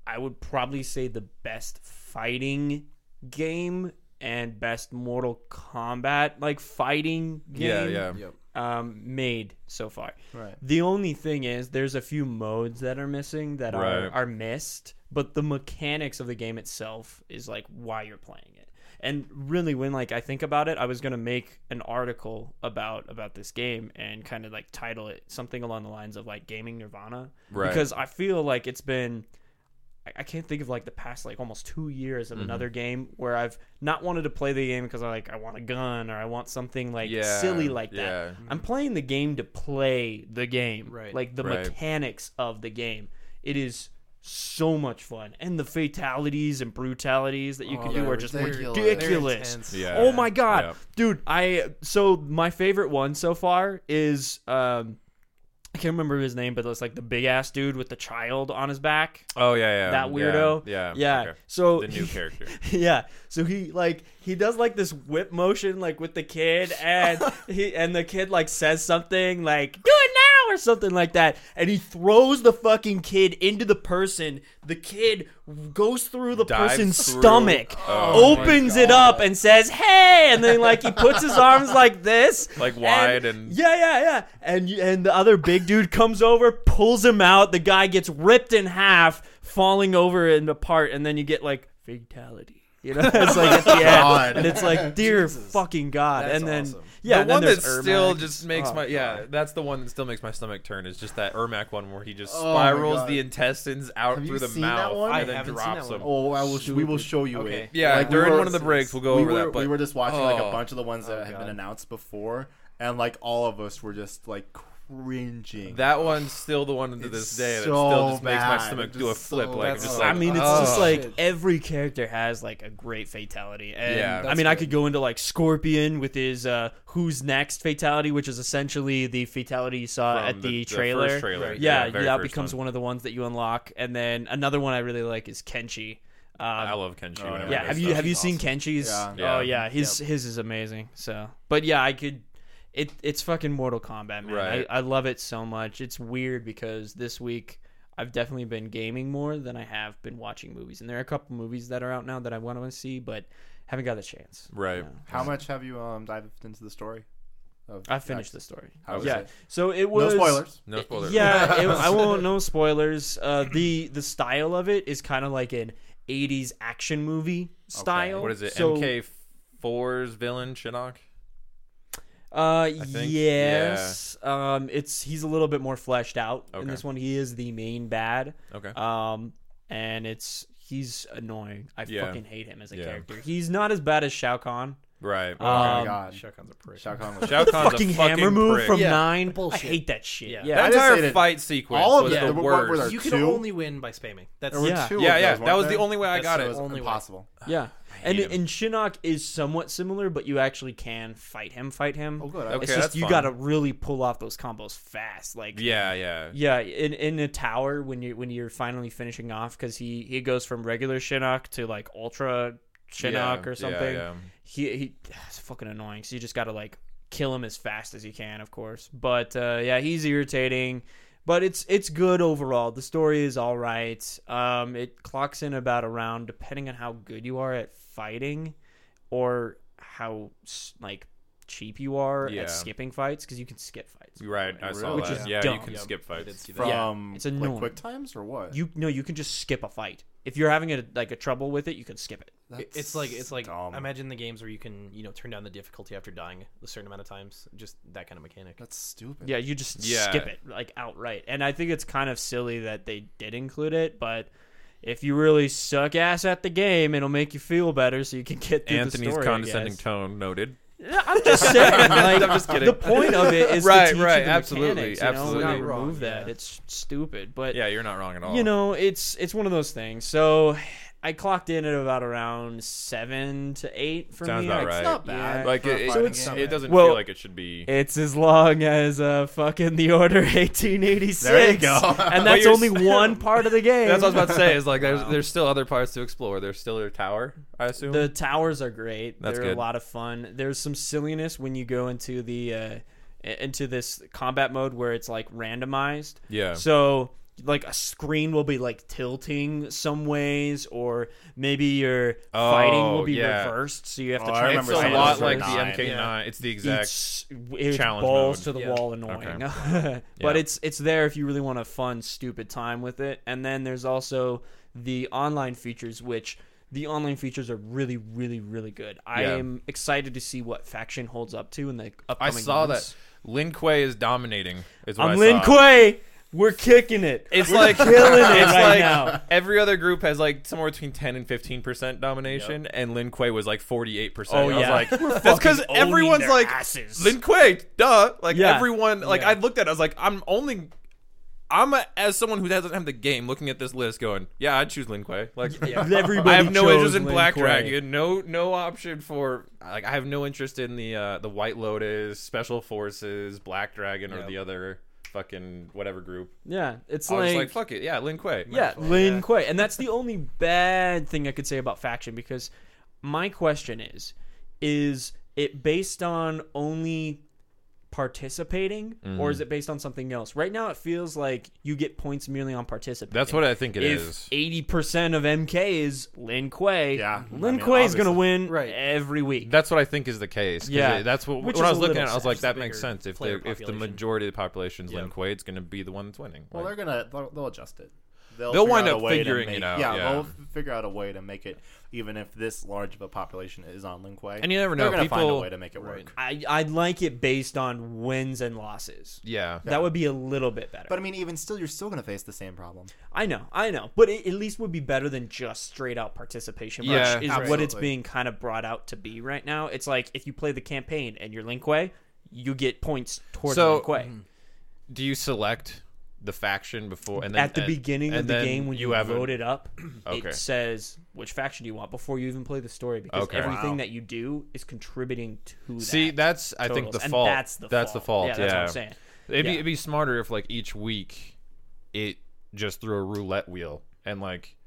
Speaker 3: I would probably say the best fighting game and best Mortal Kombat like fighting
Speaker 2: yeah,
Speaker 3: game
Speaker 2: yeah,
Speaker 4: Yep.
Speaker 3: um, made so far.
Speaker 1: Right.
Speaker 3: The only thing is, there's a few modes that are missing that
Speaker 2: Right.
Speaker 3: are, are missed, but the mechanics of the game itself is like why you're playing it. And really, when like I think about it, I was gonna make an article about about this game and kind of like title it something along the lines of like gaming nirvana,
Speaker 2: Right.
Speaker 3: Because I feel like it's been I- I can't think of like the past like almost two years of
Speaker 2: Mm-hmm.
Speaker 3: another game where I've not wanted to play the game because I like I want a gun or I want something like
Speaker 2: Yeah,
Speaker 3: silly like
Speaker 2: yeah.
Speaker 3: that. I'm playing the game to play the game,
Speaker 4: Right.
Speaker 3: Like the
Speaker 2: Right.
Speaker 3: mechanics of the game. It is so much fun, and the fatalities and brutalities that you
Speaker 4: [LAUGHS]
Speaker 3: can do
Speaker 4: Oh, they're
Speaker 3: are just
Speaker 1: ridiculous.
Speaker 3: ridiculous.
Speaker 4: They're intense.
Speaker 2: Yeah.
Speaker 3: Oh my god,
Speaker 2: yeah.
Speaker 3: dude! I so my favorite one so far is um, I can't remember his name, but it's like the big ass dude with the child on his back.
Speaker 2: Oh yeah, yeah.
Speaker 3: That
Speaker 2: yeah,
Speaker 3: weirdo.
Speaker 2: Yeah,
Speaker 3: yeah.
Speaker 2: okay.
Speaker 3: So
Speaker 2: the new character.
Speaker 3: [LAUGHS] yeah. So he like he does like this whip motion like with the kid and he and the kid like says something like do it now or something like that and he throws the fucking kid into the person. The kid goes through the
Speaker 2: Dives
Speaker 3: person's
Speaker 2: through.
Speaker 3: stomach,
Speaker 2: Oh my
Speaker 3: opens it up and says, "Hey!" and then like he puts his arms like this
Speaker 2: Like wide and-
Speaker 3: Yeah, yeah, yeah. And you- and the other big dude comes over, pulls him out, the guy gets ripped in half, falling over and apart and then you get like fatality. [LAUGHS] You know, it's like at the end,
Speaker 1: God.
Speaker 3: and it's like, dear fucking god,
Speaker 4: That's
Speaker 3: and then
Speaker 4: awesome.
Speaker 3: yeah,
Speaker 2: the
Speaker 3: and then
Speaker 2: one that
Speaker 3: there's
Speaker 2: still
Speaker 3: Ermac.
Speaker 2: just makes
Speaker 3: Oh,
Speaker 2: my yeah, that's the one that still makes my stomach turn. Is just that Ermac one where he just
Speaker 1: Oh my
Speaker 2: spirals
Speaker 1: God.
Speaker 2: the intestines out
Speaker 1: Have you
Speaker 2: through the
Speaker 1: seen that
Speaker 2: mouth
Speaker 1: one?
Speaker 2: and
Speaker 1: I
Speaker 2: then
Speaker 4: haven't seen
Speaker 2: drops
Speaker 4: that
Speaker 2: them.
Speaker 1: Oh,
Speaker 4: one.
Speaker 1: I will. We will show you
Speaker 4: Okay.
Speaker 1: it.
Speaker 2: Yeah,
Speaker 1: Like, we
Speaker 2: during
Speaker 1: were-
Speaker 2: one of the breaks, we'll go
Speaker 1: we
Speaker 2: over
Speaker 1: were,
Speaker 2: that. But
Speaker 1: we were just watching like
Speaker 2: Oh.
Speaker 1: a bunch of the ones that have
Speaker 4: God.
Speaker 1: been announced before, and like all of us were just like cringing.
Speaker 2: that one's still the one to this
Speaker 1: Oh. It's
Speaker 2: day that
Speaker 1: so
Speaker 2: still just makes my
Speaker 1: bad.
Speaker 2: stomach
Speaker 1: It's
Speaker 2: do a
Speaker 1: so
Speaker 2: flip. like
Speaker 1: bad.
Speaker 2: just
Speaker 4: That's-
Speaker 2: like,
Speaker 3: I mean, it's
Speaker 2: oh.
Speaker 3: just like
Speaker 4: shit.
Speaker 3: every character has like a great fatality, and
Speaker 2: Yeah.
Speaker 3: I mean, I could go into like Scorpion with his uh, "Who's Next" fatality, which is essentially the fatality you saw
Speaker 2: From
Speaker 3: uh, at
Speaker 2: the-
Speaker 3: the,
Speaker 2: the first
Speaker 3: trailer.
Speaker 2: trailer,
Speaker 4: Right.
Speaker 2: yeah,
Speaker 3: Yeah,
Speaker 2: very
Speaker 3: that
Speaker 2: first
Speaker 3: becomes one. of the ones that you unlock, and then another one I really like is Kenshi. Um,
Speaker 2: I love Kenshi.
Speaker 1: Oh,
Speaker 2: whenever
Speaker 1: yeah.
Speaker 3: yeah,
Speaker 2: they
Speaker 3: have
Speaker 2: stop.
Speaker 3: you have you seen
Speaker 1: Awesome.
Speaker 3: Kenshi's?
Speaker 1: Yeah.
Speaker 2: Yeah.
Speaker 3: Oh yeah, his his is amazing. So, but yeah, I could. It it's fucking Mortal Kombat, man.
Speaker 2: Right.
Speaker 3: I, I love it so much. It's weird because this week I've definitely been gaming more than I have been watching movies, and there are a couple movies that are out now that I want to see, but haven't got the chance.
Speaker 2: Right.
Speaker 1: How much have you um dived into the story? Of
Speaker 3: I finished the story.
Speaker 1: How was
Speaker 3: yeah.
Speaker 1: it?
Speaker 3: So it
Speaker 1: No
Speaker 3: was
Speaker 1: spoilers.
Speaker 2: No spoilers.
Speaker 3: Yeah,
Speaker 2: [LAUGHS]
Speaker 3: it, I won't. No spoilers. Uh, the the style of it is kind of like an '80s action movie style.
Speaker 2: What is it?
Speaker 3: So,
Speaker 2: MK 4's villain Shinnok.
Speaker 3: Uh,
Speaker 2: think.
Speaker 3: yes. Um, it's he's a little bit more fleshed out in
Speaker 2: Okay.
Speaker 3: this one. He is the main bad.
Speaker 2: Okay.
Speaker 3: Um, and it's he's annoying. I
Speaker 2: Yeah.
Speaker 3: fucking hate him as a
Speaker 2: Yeah.
Speaker 3: character. He's not as bad as Shao Kahn.
Speaker 2: Right.
Speaker 1: Oh
Speaker 3: Um,
Speaker 1: my god,
Speaker 4: Shao Kahn's a prick.
Speaker 1: Shao Kahn was
Speaker 2: Shao
Speaker 3: The
Speaker 2: Kahn's a
Speaker 3: fucking,
Speaker 2: fucking
Speaker 3: hammer move
Speaker 2: prick.
Speaker 3: from
Speaker 4: Yeah.
Speaker 3: nine.
Speaker 4: Bullshit.
Speaker 3: I hate that shit.
Speaker 4: Yeah.
Speaker 3: Yeah.
Speaker 2: That
Speaker 1: I just
Speaker 2: entire
Speaker 1: hated-
Speaker 2: fight sequence
Speaker 1: all of
Speaker 2: was
Speaker 1: it.
Speaker 2: the
Speaker 1: There were- what were
Speaker 2: worst.
Speaker 1: there
Speaker 4: You can
Speaker 1: two?
Speaker 4: only win by spamming. That's
Speaker 1: There were
Speaker 3: Yeah.
Speaker 1: two of
Speaker 2: Yeah,
Speaker 1: those,
Speaker 2: yeah,
Speaker 1: weren't
Speaker 2: that was the
Speaker 1: there?
Speaker 2: only way I
Speaker 1: That's-
Speaker 2: got
Speaker 1: so
Speaker 2: it.
Speaker 1: was
Speaker 4: Only way.
Speaker 1: impossible.
Speaker 3: Yeah,
Speaker 2: hate
Speaker 3: and
Speaker 2: him.
Speaker 3: and Shinnok is somewhat similar, but you actually can fight him. Fight him.
Speaker 1: Oh, good.
Speaker 2: Okay.
Speaker 3: it's just
Speaker 2: that's
Speaker 3: you
Speaker 2: fun.
Speaker 3: gotta really pull off those combos fast. Like
Speaker 2: Yeah, yeah.
Speaker 3: Yeah, in in a tower when you when you're finally finishing off because he he goes from regular Shinnok to like ultra Shinnok
Speaker 2: Yeah,
Speaker 3: or something.
Speaker 2: yeah.
Speaker 3: He he, [SIGHS] it's fucking annoying. So you just gotta like kill him as fast as you can, of course. But uh, yeah, he's irritating. But it's it's good overall. The story is all right. Um, it clocks in about around depending on how good you are at fighting, or how s- like cheap you are
Speaker 2: Yeah.
Speaker 3: at skipping fights because you can skip fights.
Speaker 2: You're Right, I saw
Speaker 1: Which
Speaker 2: that.
Speaker 3: is
Speaker 2: yeah, you
Speaker 3: dumb.
Speaker 2: can
Speaker 4: Yeah.
Speaker 2: skip
Speaker 4: I
Speaker 2: fights.
Speaker 4: did see that.
Speaker 3: Yeah,
Speaker 1: From
Speaker 3: it's
Speaker 1: like
Speaker 3: annoying.
Speaker 1: quick times or what?
Speaker 3: You no, you can just skip a fight. If you're having a like a trouble with it, you can skip it.
Speaker 1: That's
Speaker 4: it's like it's like
Speaker 1: dumb.
Speaker 4: imagine the games where you can you know turn down the difficulty after dying a certain amount of times. Just that kind of mechanic.
Speaker 1: that's stupid.
Speaker 3: Yeah, you just
Speaker 2: Yeah.
Speaker 3: skip it like outright. And I think it's kind of silly that they did include it, but if you really suck ass at the game, it'll make you feel better, so you can get through
Speaker 2: Anthony's
Speaker 3: the story. I
Speaker 2: condescending
Speaker 3: guess.
Speaker 2: tone noted.
Speaker 3: [LAUGHS] Yeah, I'm just saying. [LAUGHS]
Speaker 2: [LAUGHS]
Speaker 3: Like,
Speaker 2: I'm just kidding.
Speaker 3: The point of it is
Speaker 2: Right,
Speaker 3: to teach
Speaker 2: right,
Speaker 3: you the
Speaker 2: absolutely,
Speaker 3: mechanics, you know?
Speaker 2: absolutely.
Speaker 3: We
Speaker 4: Not wrong,
Speaker 3: remove that.
Speaker 4: yeah.
Speaker 3: It's stupid, but
Speaker 2: Yeah, you're not wrong at all.
Speaker 3: you know, it's it's one of those things. So I clocked in at about around seven to eight for
Speaker 2: Sounds
Speaker 3: me.
Speaker 2: about
Speaker 3: Like,
Speaker 2: right.
Speaker 1: It's not bad.
Speaker 2: like
Speaker 1: for a
Speaker 2: it, it,
Speaker 1: fighting
Speaker 2: it's-
Speaker 1: game.
Speaker 2: it doesn't
Speaker 3: Well-
Speaker 2: feel like it should be.
Speaker 3: It's as long as uh, fucking the Order 1886.
Speaker 1: There you
Speaker 2: [LAUGHS]
Speaker 1: go.
Speaker 3: [LAUGHS] and
Speaker 2: But
Speaker 3: that's
Speaker 2: you're
Speaker 3: only
Speaker 2: s-
Speaker 3: one part of the game.
Speaker 2: That's what I was about to say. Is like there's
Speaker 1: Wow.
Speaker 2: there's still other parts to explore. There's still a tower, I assume.
Speaker 3: The towers are great.
Speaker 2: That's
Speaker 3: They're
Speaker 2: good.
Speaker 3: a lot of fun. There's some silliness when you go into the uh, into this combat mode where it's like randomized.
Speaker 2: yeah.
Speaker 3: So like a screen will be like tilting some ways, or maybe your
Speaker 2: Oh,
Speaker 3: fighting will be
Speaker 2: yeah.
Speaker 3: reversed, so you have to
Speaker 1: Oh, I
Speaker 3: try.
Speaker 2: it's
Speaker 1: remember
Speaker 2: a
Speaker 1: seeing
Speaker 2: lot
Speaker 1: this
Speaker 2: like the
Speaker 1: online.
Speaker 2: MK9. It's the exact.
Speaker 3: It's, it's
Speaker 2: challenge
Speaker 3: balls
Speaker 2: mode.
Speaker 3: to the
Speaker 4: Yeah.
Speaker 3: wall annoying, [LAUGHS] but
Speaker 2: Yeah.
Speaker 3: it's it's there if you really want a fun stupid time with it. And then there's also the online features, which the online features are really really really good. I
Speaker 2: Yeah.
Speaker 3: am excited to see what faction holds up to in the
Speaker 2: I
Speaker 3: upcoming.
Speaker 2: saw
Speaker 3: months.
Speaker 2: that Lin Kuei is dominating. Is what I
Speaker 3: I'm Lin
Speaker 2: saw.
Speaker 3: Kuei. We're kicking it.
Speaker 2: It's like
Speaker 3: killing it
Speaker 2: it's
Speaker 3: right
Speaker 2: like
Speaker 3: now.
Speaker 2: [LAUGHS] Every other group has like somewhere between ten and fifteen percent domination, and Lin Kuei was like forty eight percent.
Speaker 3: Oh,
Speaker 2: I was
Speaker 3: yeah.
Speaker 2: like,
Speaker 3: We're
Speaker 2: that's because
Speaker 3: fucking owning
Speaker 2: everyone's
Speaker 3: their
Speaker 2: like
Speaker 3: asses.
Speaker 2: Lin Kuei, duh. Like
Speaker 3: Yeah.
Speaker 2: everyone, like
Speaker 4: Yeah.
Speaker 2: I looked at, it, I was like, I'm only. I'm a, as someone who doesn't have the game, looking at this list, going, "Yeah, I'd choose Lin Kuei." Like,
Speaker 3: Everybody
Speaker 2: I have no
Speaker 3: chose
Speaker 2: interest in
Speaker 3: Lin
Speaker 2: Black
Speaker 3: Kuei.
Speaker 2: Dragon. No, no option for like. I have no interest in the uh, the White Lotus, Special Forces, Black Dragon, or
Speaker 4: Yep.
Speaker 2: the other fucking whatever group.
Speaker 3: Yeah, it's
Speaker 2: I was
Speaker 3: like,
Speaker 2: just like, "Fuck it, yeah, Lin Kuei."
Speaker 3: yeah,
Speaker 4: well,
Speaker 3: Lin
Speaker 4: yeah.
Speaker 3: Kuei, and that's the only bad thing I could say about faction because my question is, is it based on only participating or
Speaker 2: Mm.
Speaker 3: is it based on something else? Right now, it feels like you get points merely on participating.
Speaker 2: That's what I think it is.
Speaker 3: if eighty percent of MK is Lin Kuei,
Speaker 1: Yeah, I
Speaker 3: Lin
Speaker 1: mean,
Speaker 3: Kuei is going to
Speaker 1: obviously.
Speaker 3: win
Speaker 4: Right.
Speaker 3: every week.
Speaker 2: That's what I think is the case. 'cause
Speaker 3: Yeah.
Speaker 2: it- that's what
Speaker 3: Which
Speaker 2: when I
Speaker 3: is
Speaker 2: was
Speaker 3: a
Speaker 2: looking
Speaker 3: little
Speaker 2: at. it, I was
Speaker 3: sad.
Speaker 2: like,
Speaker 4: Just
Speaker 2: that
Speaker 4: a
Speaker 2: makes
Speaker 4: bigger
Speaker 2: sense. If
Speaker 4: player
Speaker 2: the if the
Speaker 4: population.
Speaker 2: majority of the population's Lin
Speaker 4: Yeah.
Speaker 2: Kuei, it's going to be the one that's winning.
Speaker 1: Well,
Speaker 2: Like,
Speaker 1: they're gonna they'll, they'll adjust it.
Speaker 2: They'll
Speaker 1: figure
Speaker 2: wind
Speaker 1: out a
Speaker 2: up
Speaker 1: way to
Speaker 2: figuring it
Speaker 1: make-
Speaker 2: out,
Speaker 1: Yeah,
Speaker 2: yeah.
Speaker 1: they'll figure out a way to make it, even if this large of a population is on Lin Kuei.
Speaker 2: And you never know,
Speaker 1: They're gonna find a
Speaker 2: people-
Speaker 1: way to make it work.
Speaker 4: Right.
Speaker 3: I I'd like it based on wins and losses.
Speaker 2: yeah,
Speaker 3: That would be a little bit better.
Speaker 1: But I mean, even still, you're still gonna face the same problem.
Speaker 3: I know, I know, but it at least would be better than just straight out participation, which
Speaker 2: Yeah,
Speaker 3: is what it's
Speaker 1: absolutely.
Speaker 3: being kind of brought out to be right now. It's like if you play the campaign and you're Linkway, you get points towards
Speaker 2: So- mm-hmm.
Speaker 3: Linkway.
Speaker 2: Do you select the faction before and then
Speaker 3: At the
Speaker 2: and-
Speaker 3: beginning
Speaker 2: and
Speaker 3: of the
Speaker 2: then
Speaker 3: game, when you,
Speaker 2: have a-
Speaker 3: load it
Speaker 2: [CLEARS THROAT]
Speaker 3: up,
Speaker 2: Okay.
Speaker 3: it says which faction do you want before you even play the story because
Speaker 2: Okay.
Speaker 3: everything
Speaker 1: Wow.
Speaker 3: that you do is contributing to
Speaker 2: See,
Speaker 3: that.
Speaker 2: that's I think
Speaker 3: totals.
Speaker 2: the
Speaker 3: And
Speaker 2: fault.
Speaker 3: That's the fault.
Speaker 2: fault.
Speaker 3: Yeah,
Speaker 2: Yeah,
Speaker 3: that's what I'm saying.
Speaker 2: It'd,
Speaker 3: Yeah.
Speaker 2: be, it'd be smarter if like each week it just threw a roulette wheel and like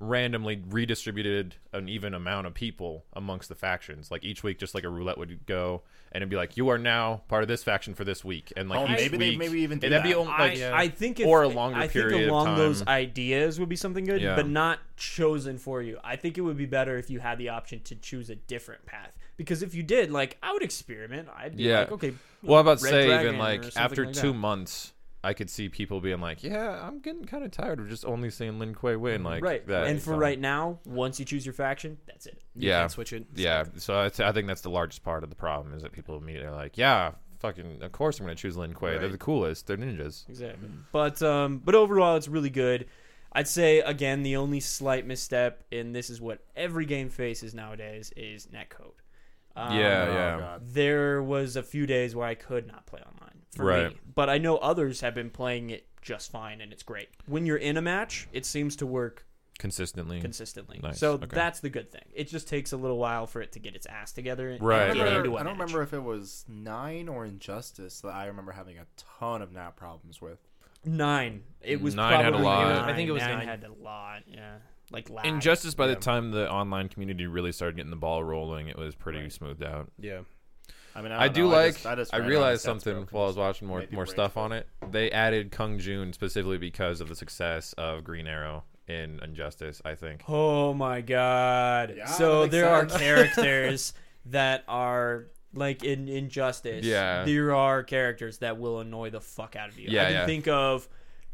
Speaker 2: randomly redistributed an even amount of people amongst the factions. Like each week, just like a roulette would go and it'd be like, you are now part of this faction for this week, and like
Speaker 1: Oh,
Speaker 2: each
Speaker 1: maybe they-
Speaker 2: week,
Speaker 1: maybe even do
Speaker 2: and that'd be
Speaker 1: that.
Speaker 2: only, like
Speaker 3: I, I think if,
Speaker 2: or a longer
Speaker 3: I think
Speaker 2: period of
Speaker 3: along those
Speaker 2: time.
Speaker 3: ideas would be something good,
Speaker 2: Yeah.
Speaker 3: but not chosen for you. I think it would be better if you had the option to choose a different path. Because if you did, like I would experiment. I'd be
Speaker 2: Yeah.
Speaker 3: like, okay.
Speaker 2: Well, I'm about to
Speaker 3: Red
Speaker 2: say
Speaker 3: Dragon
Speaker 2: even
Speaker 3: or
Speaker 2: like
Speaker 3: something
Speaker 2: after
Speaker 3: like
Speaker 2: two
Speaker 3: that.
Speaker 2: months, I could see people being like, "Yeah, I'm getting kind of tired of just only seeing Lin Kuei win." Like
Speaker 3: right.
Speaker 2: that,
Speaker 3: and for
Speaker 2: so-
Speaker 3: right now, once you choose your faction, that's it.
Speaker 2: yeah,
Speaker 4: can't switch it.
Speaker 2: Yeah, so I, I think that's the largest part of the problem is that people immediately are like, "Yeah, fucking, of course I'm gonna choose Lin Kuei. They're
Speaker 4: Right.
Speaker 2: the coolest. They're ninjas."
Speaker 3: Exactly. But um, but overall, it's really good. I'd say again, the only slight misstep, and this is what every game faces nowadays, is netcode. Um,
Speaker 2: Yeah,
Speaker 1: oh,
Speaker 2: yeah.
Speaker 1: God.
Speaker 3: there was a few days where I could not play online for me.
Speaker 2: Right.
Speaker 3: But I know others have been playing it just fine and it's great. When you're in a match, it seems to work
Speaker 2: Consistently,
Speaker 3: consistently.
Speaker 2: Mm. Nice.
Speaker 3: So
Speaker 2: Okay.
Speaker 3: that's the good thing. It just takes a little while for it to get its ass together. And
Speaker 2: Right,
Speaker 1: I,
Speaker 2: right.
Speaker 3: Get
Speaker 1: remember,
Speaker 3: into a
Speaker 1: I don't
Speaker 3: match.
Speaker 1: remember if it was nine or Injustice that I remember having a ton of nap problems with.
Speaker 3: Nine. It was
Speaker 2: Nine had a
Speaker 3: probably
Speaker 2: lot.
Speaker 3: Nine.
Speaker 4: I think it was
Speaker 3: nine.
Speaker 4: nine.
Speaker 3: had a lot. Yeah. Like lag.
Speaker 2: Injustice. By
Speaker 4: Yeah.
Speaker 2: the time the online community really started getting the ball rolling, it was pretty smoothed out.
Speaker 4: Yeah.
Speaker 1: I mean,
Speaker 2: I
Speaker 1: don't
Speaker 2: do
Speaker 1: know,
Speaker 2: like. I,
Speaker 1: just- just ran out of
Speaker 2: realized
Speaker 1: stats,
Speaker 2: something
Speaker 1: bro, 'cause-
Speaker 2: while I was watching more
Speaker 1: maybe
Speaker 2: more
Speaker 1: break
Speaker 2: stuff on it. They added Kung Jun specifically because of the success of Green Arrow in Injustice. I think.
Speaker 3: Oh my god.
Speaker 1: Yeah, that
Speaker 3: so
Speaker 1: makes
Speaker 3: there are
Speaker 1: sense. [LAUGHS]
Speaker 3: characters that are like in Injustice.
Speaker 2: Yeah.
Speaker 3: There are characters that will annoy the fuck out of you.
Speaker 2: Yeah,
Speaker 3: I can
Speaker 2: yeah.
Speaker 3: think of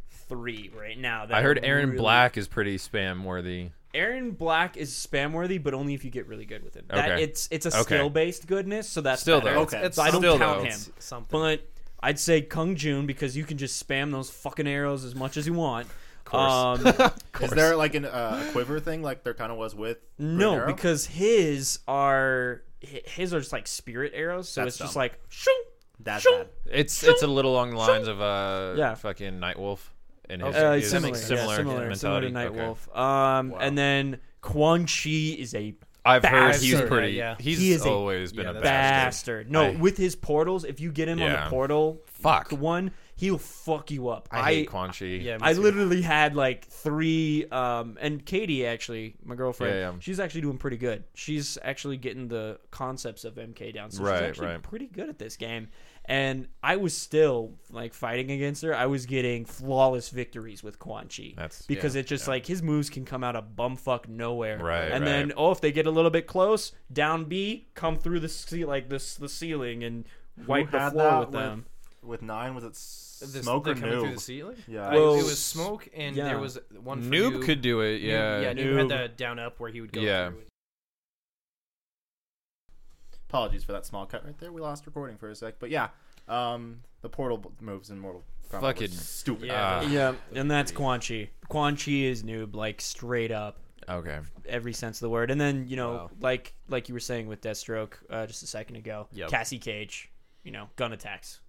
Speaker 3: three right now. That
Speaker 2: I heard
Speaker 3: are
Speaker 2: Aaron
Speaker 3: really-
Speaker 2: Black is pretty spam worthy.
Speaker 3: Aaron Black is spam worthy, but only if you get really good with him. That,
Speaker 2: Okay.
Speaker 3: it's it's a
Speaker 2: Okay.
Speaker 3: skill based goodness, so that's
Speaker 2: Still
Speaker 3: better.
Speaker 2: though,
Speaker 1: Okay.
Speaker 2: it's
Speaker 3: So I don't
Speaker 2: still
Speaker 3: count
Speaker 2: though.
Speaker 3: him.
Speaker 4: Something.
Speaker 3: But I'd say Kung Jun because you can just spam those fucking arrows as much as you want.
Speaker 2: course. [LAUGHS]
Speaker 3: Um,
Speaker 1: Is there like an uh, a quiver thing like there kind of was with Green
Speaker 3: no,
Speaker 1: Arrow?
Speaker 3: because his are hi- his are just like spirit arrows, so
Speaker 1: That's
Speaker 3: it's just
Speaker 1: dumb.
Speaker 3: like shoo.
Speaker 1: that's
Speaker 3: Shoo! Uh,
Speaker 1: bad.
Speaker 2: It's it's a little along the lines of uh
Speaker 3: Yeah.
Speaker 2: fucking Nightwolf and his,
Speaker 3: Uh,
Speaker 2: his
Speaker 3: similar, yeah,
Speaker 2: similar,
Speaker 3: similar, similar
Speaker 2: mentality.
Speaker 3: to Night
Speaker 2: Okay.
Speaker 3: Wolf. Um, and then Quan Chi is a
Speaker 2: I've heard
Speaker 3: Bastard.
Speaker 2: he's pretty.
Speaker 4: Yeah, yeah.
Speaker 2: He's
Speaker 3: He is a
Speaker 2: always been
Speaker 4: yeah,
Speaker 2: a
Speaker 4: that's-
Speaker 2: bastard.
Speaker 3: bastard. No,
Speaker 2: I-
Speaker 3: with his portals, if you get him on
Speaker 2: Yeah.
Speaker 3: the portal,
Speaker 2: Fuck.
Speaker 3: one, he'll fuck you up.
Speaker 2: I, hate Quan Chi.
Speaker 4: Yeah, me
Speaker 3: I
Speaker 4: too.
Speaker 3: literally had like three, um, and Katie actually, my girlfriend,
Speaker 2: Yeah, yeah.
Speaker 3: she's actually doing pretty good. She's actually getting the concepts of MK down, so
Speaker 2: Right,
Speaker 3: she's actually
Speaker 2: right.
Speaker 3: pretty good at this game. And I was still like fighting against her. I was getting flawless victories with Quan Chi
Speaker 2: That's-
Speaker 3: because
Speaker 2: yeah,
Speaker 3: it's just
Speaker 2: yeah.
Speaker 3: like his moves can come out of bumfuck nowhere.
Speaker 2: Right,
Speaker 3: and
Speaker 2: right.
Speaker 3: then oh, if they get a little bit close, down B, come through the ce- like this the ceiling and wipe the
Speaker 1: had
Speaker 3: floor
Speaker 1: that
Speaker 3: with
Speaker 1: with-
Speaker 3: them.
Speaker 1: With nine was it
Speaker 4: The-
Speaker 1: smoke
Speaker 4: the
Speaker 1: or
Speaker 4: coming through the
Speaker 1: noob?
Speaker 4: ceiling.
Speaker 1: Yeah.
Speaker 4: I-
Speaker 3: Well,
Speaker 4: it was smoke, and
Speaker 3: yeah.
Speaker 4: there was one for
Speaker 2: Noob,
Speaker 4: Noob.
Speaker 2: could do it.
Speaker 4: Noob-
Speaker 2: Yeah.
Speaker 4: yeah. Noob,
Speaker 3: Noob.
Speaker 4: had the down up where he would go.
Speaker 2: Yeah.
Speaker 4: through it.
Speaker 1: Apologies for that small cut right there. We lost recording for a sec, but yeah, um, the portal b- moves in Mortal Kombat were
Speaker 2: Fucking-
Speaker 1: stupid.
Speaker 4: yeah.
Speaker 2: Ah.
Speaker 3: Yeah, and that's Quan Chi. Quan Chi is noob, like straight up,
Speaker 2: Okay.
Speaker 3: every sense of the word. And then you know,
Speaker 2: Wow.
Speaker 3: like like you were saying with Deathstroke uh, just a second ago,
Speaker 2: Yep.
Speaker 3: Cassie Cage, you know, gun attacks,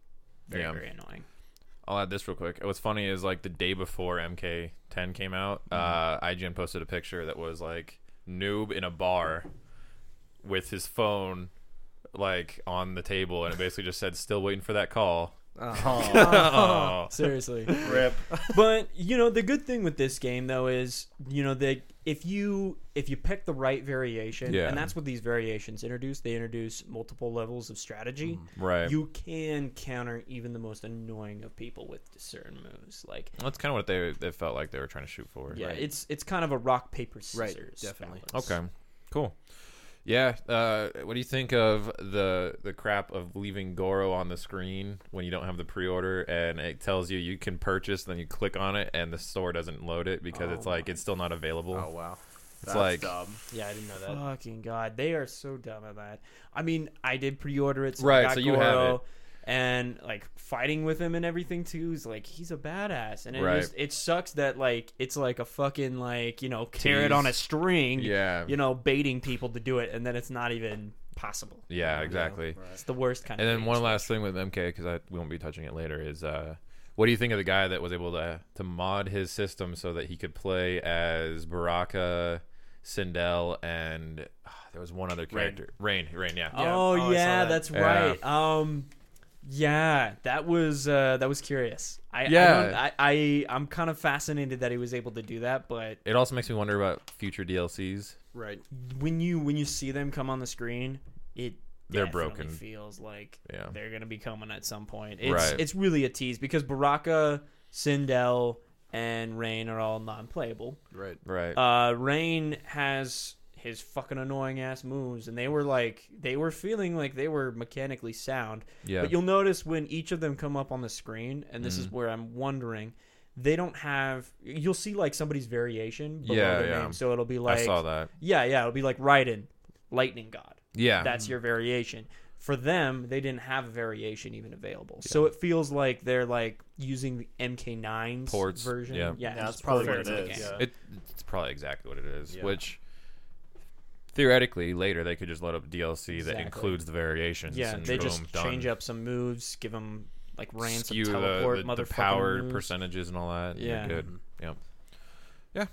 Speaker 3: very
Speaker 2: Yeah.
Speaker 3: very annoying. [LAUGHS]
Speaker 2: I'll add this real quick. What's funny is like the day before MK10 came out,
Speaker 3: Mm-hmm.
Speaker 2: uh, IGN posted a picture that was like noob in a bar with his phone like on the table, and it basically just said "Still waiting for that
Speaker 3: [LAUGHS]
Speaker 2: call." [LAUGHS]
Speaker 1: Oh,
Speaker 2: Oh,
Speaker 3: Seriously,
Speaker 1: rip.
Speaker 3: but you know the good thing with this game though is you know that if you if you pick the right variation,
Speaker 2: Yeah.
Speaker 3: and that's what these variations introduce. They introduce multiple levels of strategy.
Speaker 2: right.
Speaker 3: You can counter even the most annoying of people with certain moves, like
Speaker 2: That's kind of what they they felt like they were trying to shoot for.
Speaker 3: Yeah,
Speaker 2: Right.
Speaker 3: it's it's kind of a rock paper
Speaker 4: Right,
Speaker 3: scissors.
Speaker 4: definitely.
Speaker 3: balance.
Speaker 2: Okay. Cool. Yeah. Uh, what do you think of the the crap of leaving Goro on the screen when you don't have the pre order and it tells you you can purchase, then you click on it and the store doesn't load it because it's like it's still not available.
Speaker 4: Oh wow.
Speaker 2: it's
Speaker 1: That's
Speaker 2: like
Speaker 1: dumb.
Speaker 4: Yeah, I didn't know that.
Speaker 3: Fucking god, they are so dumb at that. I mean, I did pre-order it, so
Speaker 2: Right,
Speaker 3: I got
Speaker 2: so you have
Speaker 3: Goro, and like fighting with him and everything too is like he's a badass, and it
Speaker 2: Right.
Speaker 3: just it sucks that like it's like a fucking like you know carrot
Speaker 2: Tease.
Speaker 3: on a string,
Speaker 2: yeah,
Speaker 3: you know, baiting people to do it, and then it's not even possible.
Speaker 2: yeah, exactly.
Speaker 3: It's the worst kind
Speaker 2: And
Speaker 3: of.
Speaker 2: then one last thing with MK because we won't be touching it later is uh, what do you think of the guy that was able to to mod his system so that he could play as Baraka, Sindel, and ah, there was one other character, Rain, Rain, yeah.
Speaker 4: Yeah.
Speaker 3: Oh,
Speaker 4: Oh, I saw
Speaker 3: yeah,
Speaker 4: that.
Speaker 3: that's
Speaker 2: Yeah.
Speaker 3: right. Um, yeah, that was uh, that was curious. I,
Speaker 2: Yeah.
Speaker 3: I, don't, I, I I'm kind of fascinated that he was able to do that, but
Speaker 2: It also makes me wonder about future DLCs.
Speaker 4: Right.
Speaker 3: when you when you see them come on the screen, it
Speaker 2: They're
Speaker 3: definitely
Speaker 2: broken.
Speaker 3: Feels like
Speaker 2: Yeah.
Speaker 3: they're gonna be coming at some point. It's
Speaker 2: Right.
Speaker 3: it's really a tease because Baraka, Sindel, and Rain are all non-playable.
Speaker 4: Right.
Speaker 2: Right.
Speaker 3: uh, Rain has his fucking annoying ass moves, and they were like they were feeling like they were mechanically sound.
Speaker 2: Yeah. Mm-hmm.
Speaker 3: But you'll notice when each of them come up on the screen, and this is where I'm wondering, they don't have. You'll see like somebody's variation below
Speaker 2: Yeah,
Speaker 3: their
Speaker 2: yeah.
Speaker 3: name, so it'll be like
Speaker 2: I saw that.
Speaker 3: yeah, yeah, it'll be like Raiden, Lightning God.
Speaker 2: Yeah.
Speaker 3: That's your variation. For them, they didn't have a variation even available, so it feels like they're like using the MK9's
Speaker 2: Ports,
Speaker 3: version.
Speaker 2: yeah.
Speaker 1: Yeah,
Speaker 3: yeah,
Speaker 1: that's
Speaker 3: just
Speaker 1: probably
Speaker 3: ports
Speaker 1: what it
Speaker 3: into the
Speaker 1: is.
Speaker 3: game.
Speaker 4: Yeah.
Speaker 2: it, it's probably exactly what it is.
Speaker 4: Yeah.
Speaker 2: Which theoretically later they could just load up DLC
Speaker 3: Exactly.
Speaker 2: that includes the variations.
Speaker 3: Yeah,
Speaker 2: and
Speaker 3: they
Speaker 2: boom,
Speaker 3: just
Speaker 2: done.
Speaker 3: change up some moves, give them like Rand some
Speaker 2: skew the,
Speaker 3: teleport,
Speaker 2: the, the
Speaker 3: motherfucking
Speaker 2: power
Speaker 3: moves.
Speaker 2: percentages and all that. Yeah,
Speaker 3: Yeah. Mm-hmm.
Speaker 2: good. Yeah, yeah.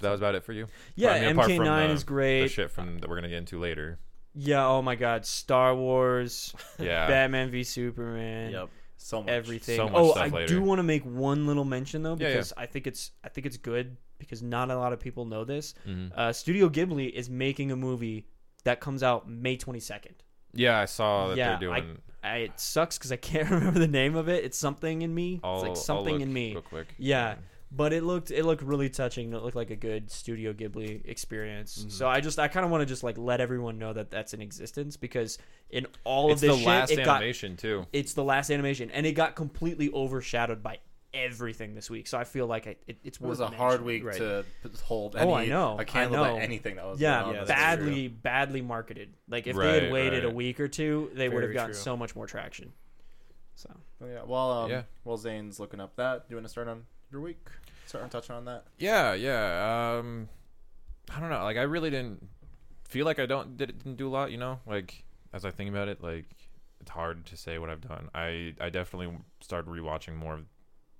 Speaker 2: That was about it for you.
Speaker 3: Yeah,
Speaker 2: I mean, apart from
Speaker 3: MK9
Speaker 2: the-
Speaker 3: is great.
Speaker 2: The shit from that we're gonna get into later.
Speaker 3: Yeah, oh my God, Star Wars,
Speaker 2: [LAUGHS] Yeah,
Speaker 3: Batman v Superman,
Speaker 4: Yep.
Speaker 1: So much.
Speaker 3: everything.
Speaker 2: So much
Speaker 3: oh,
Speaker 2: stuff
Speaker 3: I
Speaker 2: later.
Speaker 3: do want to make one little mention though
Speaker 2: Yeah, yeah.
Speaker 3: because I think it's I think it's good because not a lot of people know this.
Speaker 2: Mhm.
Speaker 3: Uh, Studio Ghibli is making a movie that comes out May twenty second.
Speaker 2: yeah. I saw that
Speaker 3: Yeah,
Speaker 2: they're
Speaker 3: I-
Speaker 2: doing.
Speaker 3: I, it sucks because I can't [LAUGHS] remember the name of it. It's something in me.
Speaker 2: I'll,
Speaker 3: it's like
Speaker 2: I'll
Speaker 3: something
Speaker 2: look
Speaker 3: in me.
Speaker 2: Real quick.
Speaker 3: Yeah, but it looked it looked really touching. It looked like a good Studio Ghibli experience. So I just I kind of want to just like let everyone know that that's in existence because in all
Speaker 2: It's
Speaker 3: of
Speaker 2: the
Speaker 3: this
Speaker 2: last
Speaker 3: shit, it got
Speaker 2: animation too.
Speaker 3: it's the last animation and it got completely overshadowed by everything this week. So I feel like I, it, it's
Speaker 1: It was a
Speaker 3: worth
Speaker 1: hard
Speaker 3: mentioning.
Speaker 1: week
Speaker 4: Right.
Speaker 1: to hold. Any,
Speaker 3: Oh, I know,
Speaker 1: I can't
Speaker 3: I
Speaker 1: look
Speaker 3: know.
Speaker 1: at anything that was.
Speaker 3: Yeah,
Speaker 1: going on
Speaker 4: yeah,
Speaker 1: this
Speaker 4: that's
Speaker 1: year.
Speaker 3: badly badly marketed. Like if they had
Speaker 2: Right,
Speaker 3: waited a
Speaker 2: right.
Speaker 3: week or two, they would have
Speaker 4: Very
Speaker 3: gotten
Speaker 4: true.
Speaker 3: so much more traction. So
Speaker 1: But yeah. While um,
Speaker 2: Yeah.
Speaker 1: while Zane's looking up that, do you want to start on your week? Start touching on that.
Speaker 2: Yeah, yeah. Um, I don't know. Like, I really didn't feel like I don't did, didn't do a lot. You know, like as I think about it, like it's hard to say what I've done. I I definitely started rewatching more of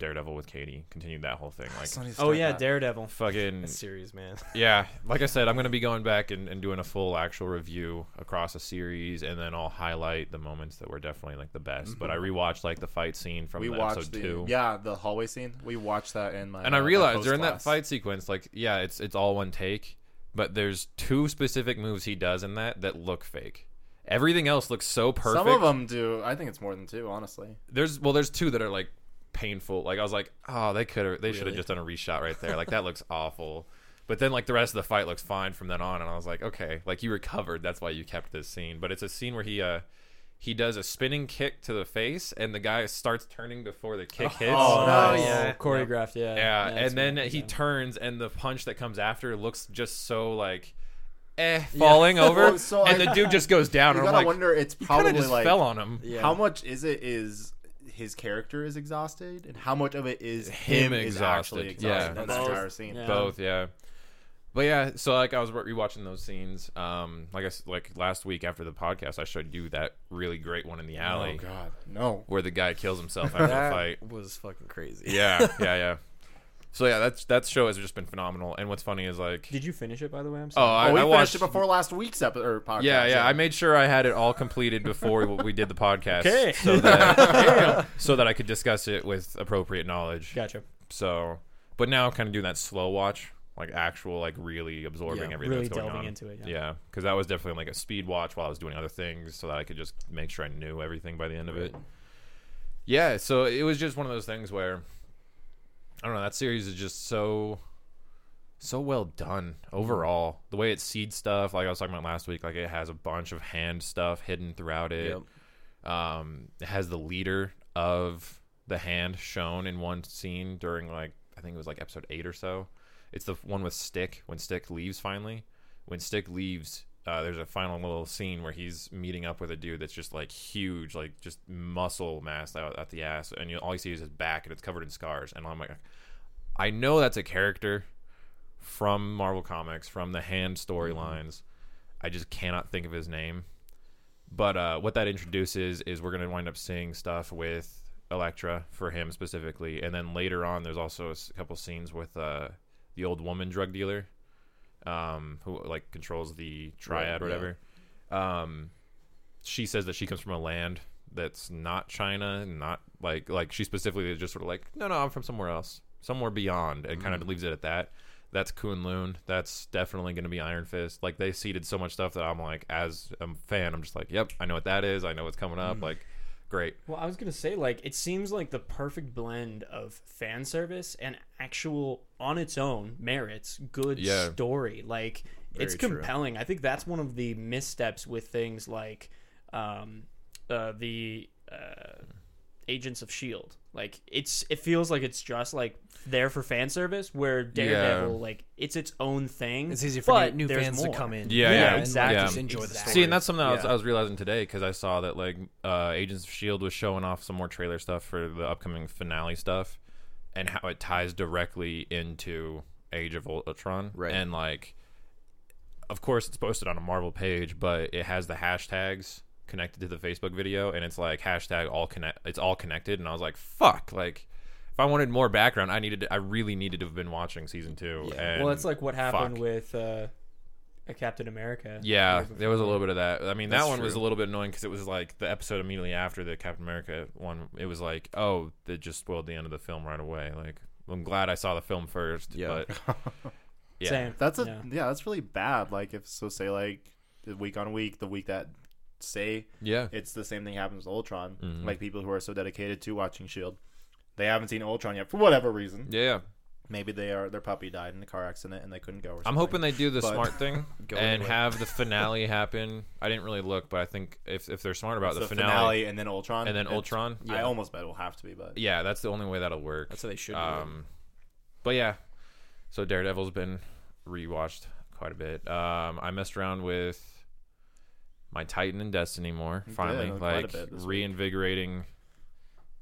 Speaker 2: Daredevil with Katie. Continued that whole thing. Like,
Speaker 3: Oh yeah, Daredevil.
Speaker 2: fucking
Speaker 4: That's serious, man.
Speaker 2: yeah. Like I said, I'm gonna be going back and, and doing a full actual review across a series, and then I'll highlight the moments that were definitely like the best. But I rewatched like the fight scene from
Speaker 1: Mm-hmm. we
Speaker 2: the
Speaker 1: watched
Speaker 2: episode
Speaker 1: the
Speaker 2: two.
Speaker 1: yeah the hallway scene. We watched that in my
Speaker 2: and I
Speaker 1: uh, my
Speaker 2: realized
Speaker 1: post
Speaker 2: during that
Speaker 1: class.
Speaker 2: fight sequence, like, yeah, it's it's all one take, but there's two specific moves he does in that that look fake. Everything else looks so perfect.
Speaker 1: Some of them do. I think it's more than two, honestly.
Speaker 2: There's well, there's two that are like painful. Like I was like, oh, they could have, they should have
Speaker 1: Really?
Speaker 2: just done a reshot right there. Like
Speaker 1: [LAUGHS]
Speaker 2: that looks awful. But then like the rest of the fight looks fine from then on, and I was like, okay, like you recovered. That's why you kept this scene. But it's a scene where he uh he does a spinning kick to the face, and the guy starts turning before the kick hits. [LAUGHS]
Speaker 1: Oh, nice.
Speaker 4: yeah.
Speaker 3: choreographed. Yeah,
Speaker 2: Yeah,
Speaker 3: that's
Speaker 2: and then
Speaker 3: what-
Speaker 2: he
Speaker 3: yeah.
Speaker 2: turns, and the punch that comes after looks just so like, eh, falling over,
Speaker 1: [LAUGHS] Well, so
Speaker 2: and
Speaker 1: I-
Speaker 2: the dude just goes down.
Speaker 1: You
Speaker 2: and I'm
Speaker 1: gotta
Speaker 2: like,
Speaker 1: wonder. It's
Speaker 2: he kind
Speaker 1: probably
Speaker 2: of just
Speaker 1: like
Speaker 2: fell on him.
Speaker 3: Yeah.
Speaker 1: how much is it is his character is exhausted, and how much of it is him,
Speaker 2: Him
Speaker 1: is actually
Speaker 2: exhausted.
Speaker 1: exhausted.
Speaker 2: Yeah.
Speaker 1: in that
Speaker 3: Both.
Speaker 1: entire scene.
Speaker 3: Yeah.
Speaker 2: Both, yeah. But yeah, so like I was re- rewatching those scenes. Um, like I s- like last week after the podcast, I showed you that really great one in the alley
Speaker 1: Oh God, no.
Speaker 2: where the guy kills himself after
Speaker 1: [LAUGHS]
Speaker 2: the fight.
Speaker 4: was fucking crazy.
Speaker 2: Yeah, yeah, yeah. So yeah, that's that show has just been phenomenal. And what's funny is like,
Speaker 3: Did you finish it by the way? I'm
Speaker 2: oh,
Speaker 3: sorry.
Speaker 2: I,
Speaker 1: oh, we
Speaker 2: I
Speaker 1: finished
Speaker 2: watched
Speaker 1: it before last week's episode or podcast.
Speaker 2: Yeah, yeah. I made sure I had it all completed before we, we did the podcast,
Speaker 3: Okay.
Speaker 2: so that so that I could discuss it with appropriate knowledge.
Speaker 3: Gotcha.
Speaker 2: So, but now I'm kind of doing that slow watch, like actual, like really absorbing
Speaker 1: Yeah,
Speaker 2: everything
Speaker 3: really
Speaker 2: that's going
Speaker 3: delving
Speaker 2: on.
Speaker 3: into it, yeah.
Speaker 2: because that was definitely like a speed watch while I was doing other things, so that I could just make sure I knew everything by the end of it. Yeah, so it was just one of those things where I don't know. That series is just so so well done overall. The way it seeds stuff, like I was talking about last week, like it has a bunch of hand stuff hidden throughout it. Um, it has the leader of the hand shown in one scene during like I think it was like episode eight or so. It's the one with Stick when Stick leaves finally. When Stick leaves, uh, there's a final little scene where he's meeting up with a dude that's just like huge, like just muscle mass out at the ass, and you, all you see is his back and it's covered in scars. And I'm like, I know that's a character from Marvel Comics, from the hand storylines. I just cannot think of his name. But uh, what that introduces is we're going to wind up seeing stuff with Elektra for him specifically. And then later on, there's also a s- couple scenes with uh, the old woman drug dealer um, who like controls the triad or
Speaker 1: yeah.
Speaker 2: whatever. Um, she says that she comes from a land that's not China, not like like she specifically is just sort of like, no, no, I'm from somewhere else, somewhere beyond, and kind of leaves it at that. That's Kunlun. That's definitely going to be Iron Fist. Like they seeded so much stuff that I'm like, as a fan, I'm just like, yep, I know what that is. I know what's coming up. Like, great.
Speaker 3: Well, I was gonna say like it seems like the perfect blend of fan service and actual on its own merits, good
Speaker 2: Yeah.
Speaker 3: story. Like it's
Speaker 1: true.
Speaker 3: compelling. I think that's one of the missteps with things like um, uh, the uh, Agents of Shield. E Like it's it feels like it's just like there for fan service. Where Daredevil, like it's its own thing.
Speaker 4: It's easier for
Speaker 3: but
Speaker 4: new, new
Speaker 3: there's
Speaker 4: fans
Speaker 3: more.
Speaker 4: to come in.
Speaker 2: Yeah, Yeah, yeah,
Speaker 4: and, like,
Speaker 3: exactly.
Speaker 4: Just enjoy the
Speaker 3: Exactly.
Speaker 4: story.
Speaker 2: See, and that's something I, was,
Speaker 4: Yeah.
Speaker 2: I was realizing today because I saw that like uh, Agents of Shield was showing off some more trailer stuff for the upcoming finale stuff, and how it ties directly into Age of Ultron.
Speaker 5: Right.
Speaker 2: And like, of course, it's posted on a Marvel page, but it has the hashtags connected to the Facebook video, and it's like hashtag all connect. It's all connected, and I was like, fuck, like. If I wanted more background, I needed. To, I really needed to have been watching season two. And
Speaker 3: Well, it's like what happened
Speaker 2: fuck.
Speaker 3: with uh, a Captain America.
Speaker 2: Yeah,
Speaker 3: year
Speaker 2: there was a little bit of that. I mean, that
Speaker 5: That's
Speaker 2: one was a
Speaker 5: true.
Speaker 2: little bit annoying because it was like the episode immediately after the Captain America one. It was like, oh, they just spoiled the end of the film right away. Like, I'm glad I saw the film first.
Speaker 5: Yeah.
Speaker 2: But yeah,
Speaker 3: Same.
Speaker 1: That's a
Speaker 3: Yeah.
Speaker 1: yeah. That's really bad. Like if so, say like the week on week, the week that say
Speaker 2: yeah,
Speaker 1: it's the same thing happens with Ultron.
Speaker 2: Mhm.
Speaker 1: Like people who are so dedicated to watching Shield, E they haven't seen Ultron yet for whatever reason.
Speaker 2: yeah.
Speaker 1: Maybe they are their puppy died in a car accident and they couldn't go. Or
Speaker 2: I'm
Speaker 1: something.
Speaker 2: hoping they do the
Speaker 1: But-
Speaker 2: smart thing
Speaker 5: Go
Speaker 2: and
Speaker 5: anyway.
Speaker 2: have the finale happen. I didn't really look, but I think if if they're smart about
Speaker 1: So
Speaker 2: the, finale,
Speaker 1: and then Ultron
Speaker 2: and then
Speaker 1: It's-
Speaker 2: Ultron,
Speaker 1: I almost bet it will have to be, but
Speaker 2: yeah, that's the only way that'll work.
Speaker 5: That's how they should. do it.
Speaker 2: Um, but yeah, so Daredevil's been rewatched quite a bit. Um, I messed around with my Titan and Destiny more
Speaker 1: You did,
Speaker 2: finally,
Speaker 1: uh, quite a
Speaker 2: like
Speaker 1: bit this week.
Speaker 2: reinvigorating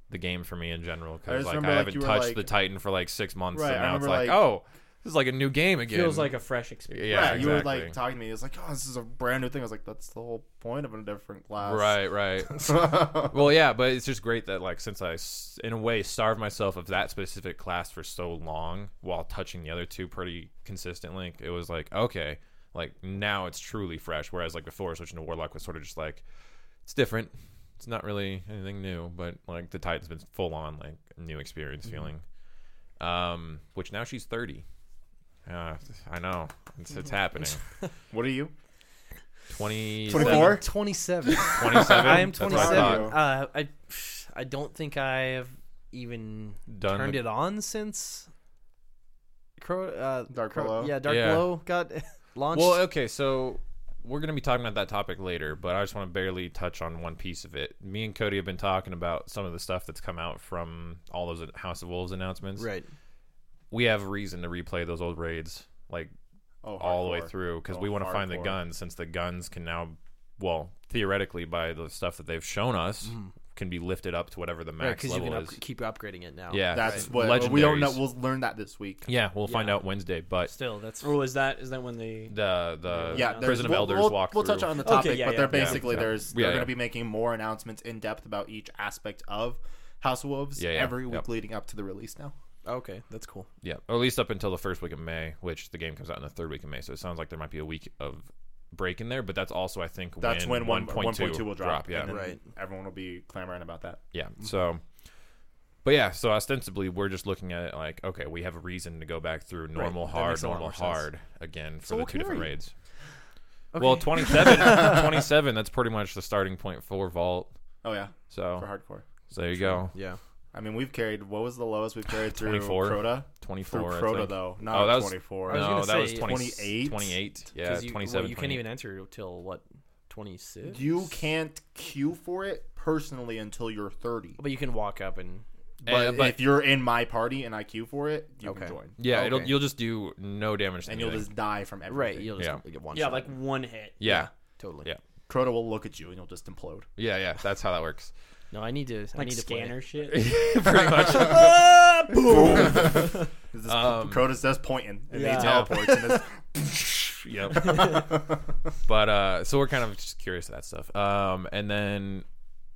Speaker 2: the game for me in general
Speaker 1: I
Speaker 2: because
Speaker 1: just
Speaker 2: like
Speaker 1: remember,
Speaker 2: I
Speaker 1: like,
Speaker 2: haven't
Speaker 1: you were,
Speaker 2: touched
Speaker 1: like-
Speaker 2: the Titan for like six months,
Speaker 1: Right,
Speaker 2: and
Speaker 1: I
Speaker 2: now it's
Speaker 1: remember,
Speaker 2: like,
Speaker 1: like-
Speaker 2: oh, this is like a new game again.
Speaker 3: Feels like a fresh experience.
Speaker 2: yeah,
Speaker 1: you were
Speaker 2: exactly.
Speaker 1: like talking to me. It's like, oh, this is a brand new thing. I was like, that's the whole point of a different class, [LAUGHS]
Speaker 2: right, right. well, yeah, but it's just great that like since I s- in a way starved myself of that specific class for so long while touching the other two pretty consistently, it was like okay, like now it's truly fresh. Whereas like before switching to Warlock was sort of just like it's different. It's not really anything new, but like the Titan's been full on like new experience
Speaker 4: Mm-hmm.
Speaker 2: feeling. Um, which now she's thirty. Uh, I know it's,
Speaker 4: Mm-hmm.
Speaker 2: it's happening.
Speaker 1: what are you?
Speaker 2: 20,
Speaker 1: 24?
Speaker 4: 27.
Speaker 2: 27?
Speaker 4: [LAUGHS] I am
Speaker 2: That's what
Speaker 4: 27.
Speaker 2: thought.
Speaker 1: I
Speaker 4: Uh, I, I don't think I've even
Speaker 2: Done
Speaker 4: turned
Speaker 2: the-
Speaker 4: it on since Cro- uh,
Speaker 1: Dark
Speaker 4: Cro-
Speaker 1: Below?
Speaker 4: Yeah, Dark
Speaker 2: Yeah.
Speaker 4: Below got [LAUGHS] launched.
Speaker 2: Well, okay, so we're going to be talking about that topic later, but I just want to barely touch on one piece of it. Me and Cody have been talking about some of the stuff that's come out from all those House of Wolves announcements.
Speaker 4: right.
Speaker 2: We have reason to replay those old raids like
Speaker 1: Oh,
Speaker 2: all the way
Speaker 1: hardcore.
Speaker 2: through because
Speaker 1: Oh,
Speaker 2: we want to find the
Speaker 1: hardcore.
Speaker 2: guns since the guns can now, well, theoretically by the stuff that they've shown us,
Speaker 1: Mm-hmm.
Speaker 2: can be lifted up to whatever the max
Speaker 4: Because you
Speaker 2: level is.
Speaker 4: can up- keep upgrading it now.
Speaker 2: yeah,
Speaker 1: That's
Speaker 2: right.
Speaker 1: what we don't know.
Speaker 2: Legendaries.
Speaker 1: We'll learn that this week.
Speaker 2: yeah, we'll find
Speaker 4: Yeah.
Speaker 2: out Wednesday, but
Speaker 4: Still, that's
Speaker 3: Or was that is that when the
Speaker 2: the the
Speaker 1: Yeah,
Speaker 3: there's-
Speaker 2: prison of
Speaker 1: we'll,
Speaker 2: elders
Speaker 1: We'll,
Speaker 2: walk.
Speaker 1: we'll touch
Speaker 2: through-
Speaker 1: on the
Speaker 3: Okay,
Speaker 1: topic,
Speaker 3: yeah,
Speaker 1: but
Speaker 3: yeah,
Speaker 1: they're
Speaker 2: yeah.
Speaker 1: basically
Speaker 2: Yeah.
Speaker 1: there's
Speaker 2: Yeah,
Speaker 1: they're
Speaker 2: yeah.
Speaker 1: going to be making more announcements in depth about each aspect of House of Wolves
Speaker 2: Yeah, yeah,
Speaker 1: every week
Speaker 2: yep.
Speaker 1: leading up to the release. Now,
Speaker 4: okay. That's cool.
Speaker 2: Yeah, or at least up until the first week of May, which the game comes out in the third week of May. So it sounds like there might be a week of break in there, but that's also I think
Speaker 1: that's when one point two will drop.
Speaker 2: Yeah,
Speaker 1: and then Mm-hmm.
Speaker 4: Right.
Speaker 1: Everyone will be clamoring about that.
Speaker 2: yeah. So, but yeah, so ostensibly we're just looking at it like, okay, we have a reason to go back through normal
Speaker 4: That
Speaker 2: hard,
Speaker 4: makes a lot
Speaker 2: normal
Speaker 4: more sense.
Speaker 2: hard again for
Speaker 4: So
Speaker 2: the
Speaker 4: what
Speaker 2: two different
Speaker 4: can we-
Speaker 2: raids. Well, 27,
Speaker 1: [LAUGHS]
Speaker 2: 27, That's pretty much the starting point for Vault.
Speaker 1: Oh yeah, for
Speaker 2: So,
Speaker 1: hardcore.
Speaker 2: so there you go.
Speaker 4: Yeah.
Speaker 1: I mean, we've carried. What was the lowest we've carried through
Speaker 2: 24?
Speaker 1: Crota?
Speaker 2: Twenty
Speaker 1: Through
Speaker 2: four.
Speaker 1: Crota though, not
Speaker 2: Oh, that was-
Speaker 1: twenty four.
Speaker 4: I was
Speaker 2: No,
Speaker 4: gonna
Speaker 2: that was
Speaker 4: say-
Speaker 1: 28?
Speaker 2: 28. Yeah,
Speaker 4: 'Cause you,
Speaker 2: twenty seven.
Speaker 4: well, you can't even enter till what 26.
Speaker 1: You can't queue for it personally until you're thirty.
Speaker 4: but you can walk up and
Speaker 1: But, if you're in my party and I queue for it, you
Speaker 4: Okay.
Speaker 1: can join,
Speaker 2: Yeah, it'll
Speaker 4: Okay.
Speaker 2: you'll just do no damage, to
Speaker 1: and you'll
Speaker 2: anything.
Speaker 1: just die from everything.
Speaker 4: right, you'll just
Speaker 2: Yeah.
Speaker 4: get one.
Speaker 3: yeah
Speaker 4: shot.
Speaker 3: like one hit?
Speaker 2: yeah,
Speaker 4: totally.
Speaker 2: Yeah.
Speaker 1: Crota will look at you and you'll just implode.
Speaker 2: yeah, yeah. That's how that
Speaker 1: [LAUGHS]
Speaker 2: works. [LAUGHS]
Speaker 4: No, I need to. I
Speaker 3: Like
Speaker 4: need to play it.
Speaker 3: scanner
Speaker 4: [LAUGHS]
Speaker 3: shit.
Speaker 2: Pretty much.
Speaker 3: Ah, boom.
Speaker 1: This is-
Speaker 2: Um,
Speaker 1: Crota's just pointing, and
Speaker 3: Yeah.
Speaker 1: he teleports. and it's,
Speaker 2: yep. [LAUGHS] but uh, so we're kind of just curious of that stuff. Um, and then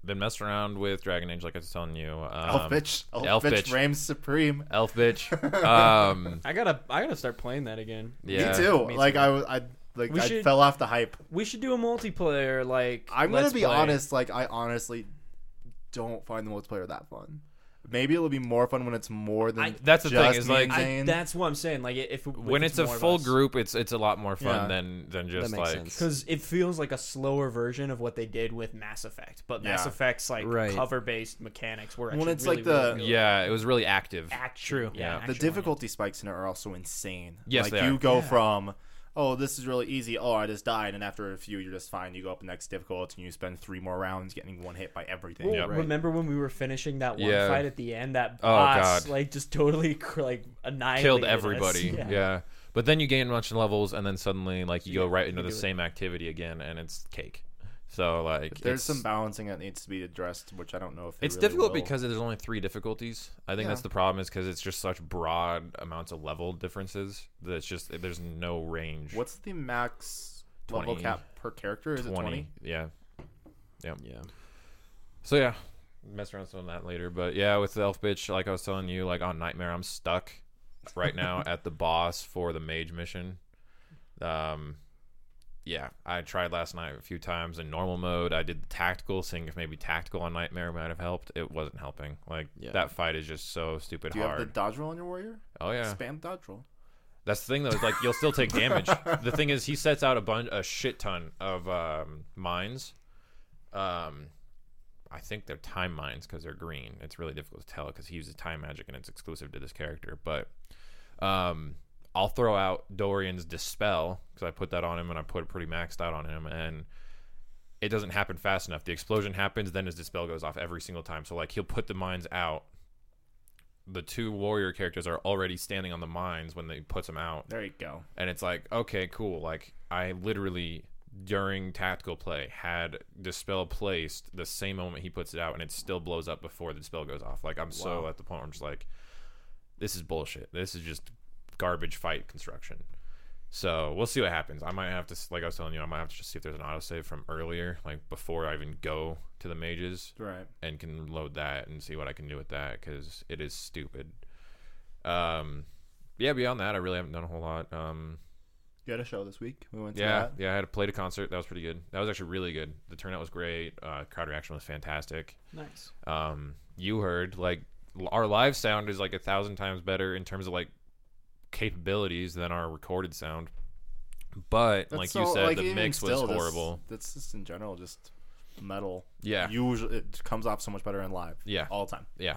Speaker 2: been messed around with Dragon Age, like I was telling you. Um,
Speaker 1: elf bitch, elf,
Speaker 2: elf
Speaker 1: bitch,
Speaker 2: bitch.
Speaker 1: reigns supreme. [LAUGHS]
Speaker 2: Elf bitch. Um,
Speaker 3: I gotta I gotta start playing that again.
Speaker 2: yeah.
Speaker 1: me too.
Speaker 3: me
Speaker 1: like I, was- I, like
Speaker 3: We
Speaker 1: I
Speaker 3: should-
Speaker 1: fell off the hype.
Speaker 3: We should do a multiplayer like
Speaker 1: I'm
Speaker 3: let's
Speaker 1: gonna be
Speaker 3: play.
Speaker 1: honest. Like I honestly don't find the multiplayer that fun. Maybe it'll be more fun when it's more than.
Speaker 3: I-
Speaker 2: That's the
Speaker 1: just
Speaker 2: thing, is
Speaker 1: me
Speaker 2: like-
Speaker 1: and
Speaker 3: I-
Speaker 1: Zane.
Speaker 3: that's what I'm saying. Like if if
Speaker 2: When it's, a
Speaker 3: more of
Speaker 2: full
Speaker 3: us.
Speaker 2: group, it's it's a lot more fun
Speaker 1: Yeah.
Speaker 2: than than just
Speaker 4: makes
Speaker 2: like
Speaker 4: sense.
Speaker 3: because it feels like a slower version of what they did with Mass Effect, but Mass
Speaker 1: Yeah.
Speaker 3: Effects like
Speaker 4: Right.
Speaker 3: cover based mechanics were
Speaker 1: When
Speaker 3: actually
Speaker 1: it's
Speaker 3: really,
Speaker 1: like the-
Speaker 3: really good.
Speaker 2: yeah. It was really active.
Speaker 3: action.
Speaker 4: True.
Speaker 3: Yeah,
Speaker 2: Yeah.
Speaker 1: the
Speaker 3: action-oriented.
Speaker 1: difficulty spikes in it are also insane.
Speaker 2: Yes,
Speaker 1: like
Speaker 2: they are.
Speaker 1: you go from oh this is really easy. Oh I just died, and after a few you're just fine. You go up the next difficulty, and you spend three more rounds getting one hit by everything.
Speaker 3: Well,
Speaker 2: Yeah. Right.
Speaker 3: Remember when we were finishing that one
Speaker 2: Yeah.
Speaker 3: fight at the end? That
Speaker 2: Oh,
Speaker 3: boss
Speaker 2: God.
Speaker 3: like just totally [LAUGHS] cr- like annihilated
Speaker 2: killed
Speaker 3: us.
Speaker 2: everybody. Yeah.
Speaker 3: Yeah.
Speaker 2: But then you gain a bunch of levels, and then suddenly, like, you go right into
Speaker 3: you
Speaker 2: the
Speaker 3: do it.
Speaker 2: same activity again, and it's cake. So, like,
Speaker 1: There's
Speaker 2: it's-
Speaker 1: some balancing that needs to be addressed, which I don't know if they
Speaker 2: It's
Speaker 1: really
Speaker 2: difficult
Speaker 1: will.
Speaker 2: because there's only three difficulties. I think that's the problem, is because it's just such broad amounts of level differences that it's just there's no range.
Speaker 1: what's the max level
Speaker 2: 20.
Speaker 1: cap per character? Is it twenty?
Speaker 2: Yeah.
Speaker 4: Yeah.
Speaker 2: So yeah, mess around with some of that later. But yeah, with the elf bitch, like I was telling you, like on nightmare, I'm stuck
Speaker 1: [LAUGHS]
Speaker 2: right now at the boss for the mage mission. Um, yeah, I tried last night a few times in normal mode. I did the tactical, seeing if maybe tactical on nightmare might have helped. It wasn't helping. Like
Speaker 4: Yeah.
Speaker 2: that fight is just so stupid
Speaker 1: Do you
Speaker 2: hard.
Speaker 1: have the dodge roll on your warrior?
Speaker 2: oh yeah,
Speaker 1: Spam dodge roll.
Speaker 2: that's the thing though. Is like you'll still take damage. the thing is, he sets out a bunch, a shit ton of um, mines. Um, I think they're time mines because they're green. It's really difficult to tell because he uses time magic and it's exclusive to this character. But um, I'll throw out Dorian's dispel because I put that on him and I put it pretty maxed out on him and. It doesn't happen fast enough. The explosion happens, then his dispel goes off every single time. So like he'll put the mines out. The two warrior characters are already standing on the mines when they puts them out
Speaker 1: There you go.
Speaker 2: and it's like okay cool like i literally during tactical play had dispel placed the same moment he puts it out and it still blows up before the dispel goes off. Like I'm so
Speaker 1: Wow.
Speaker 2: at the point where I'm just like, this is bullshit. This is just garbage fight construction. So we'll see what happens. I might have to, s- like I was telling you, I might have to just see if there's an autosave from earlier, like before I even go to the mages
Speaker 1: Right.
Speaker 2: and can load that and see what I can do with that because it is stupid. Um, yeah. Beyond that, I really haven't done a whole lot. Um,
Speaker 1: You had a show this week. We went to
Speaker 2: yeah,
Speaker 1: that.
Speaker 2: yeah. I had played a concert. That was pretty good. That was actually really good. The turnout was great. Uh, crowd reaction was fantastic.
Speaker 3: Nice.
Speaker 2: Um, you heard like l- our live sound is like a thousand times better in terms of like capabilities than our recorded sound. But
Speaker 1: That's
Speaker 2: like
Speaker 1: so-
Speaker 2: you said, the
Speaker 1: even
Speaker 2: mix was
Speaker 1: still, this-
Speaker 2: horrible.
Speaker 1: That's just in general, just metal.
Speaker 2: Yeah.
Speaker 1: Usually, it comes off so much better in live.
Speaker 2: Yeah.
Speaker 1: All the time.
Speaker 2: yeah.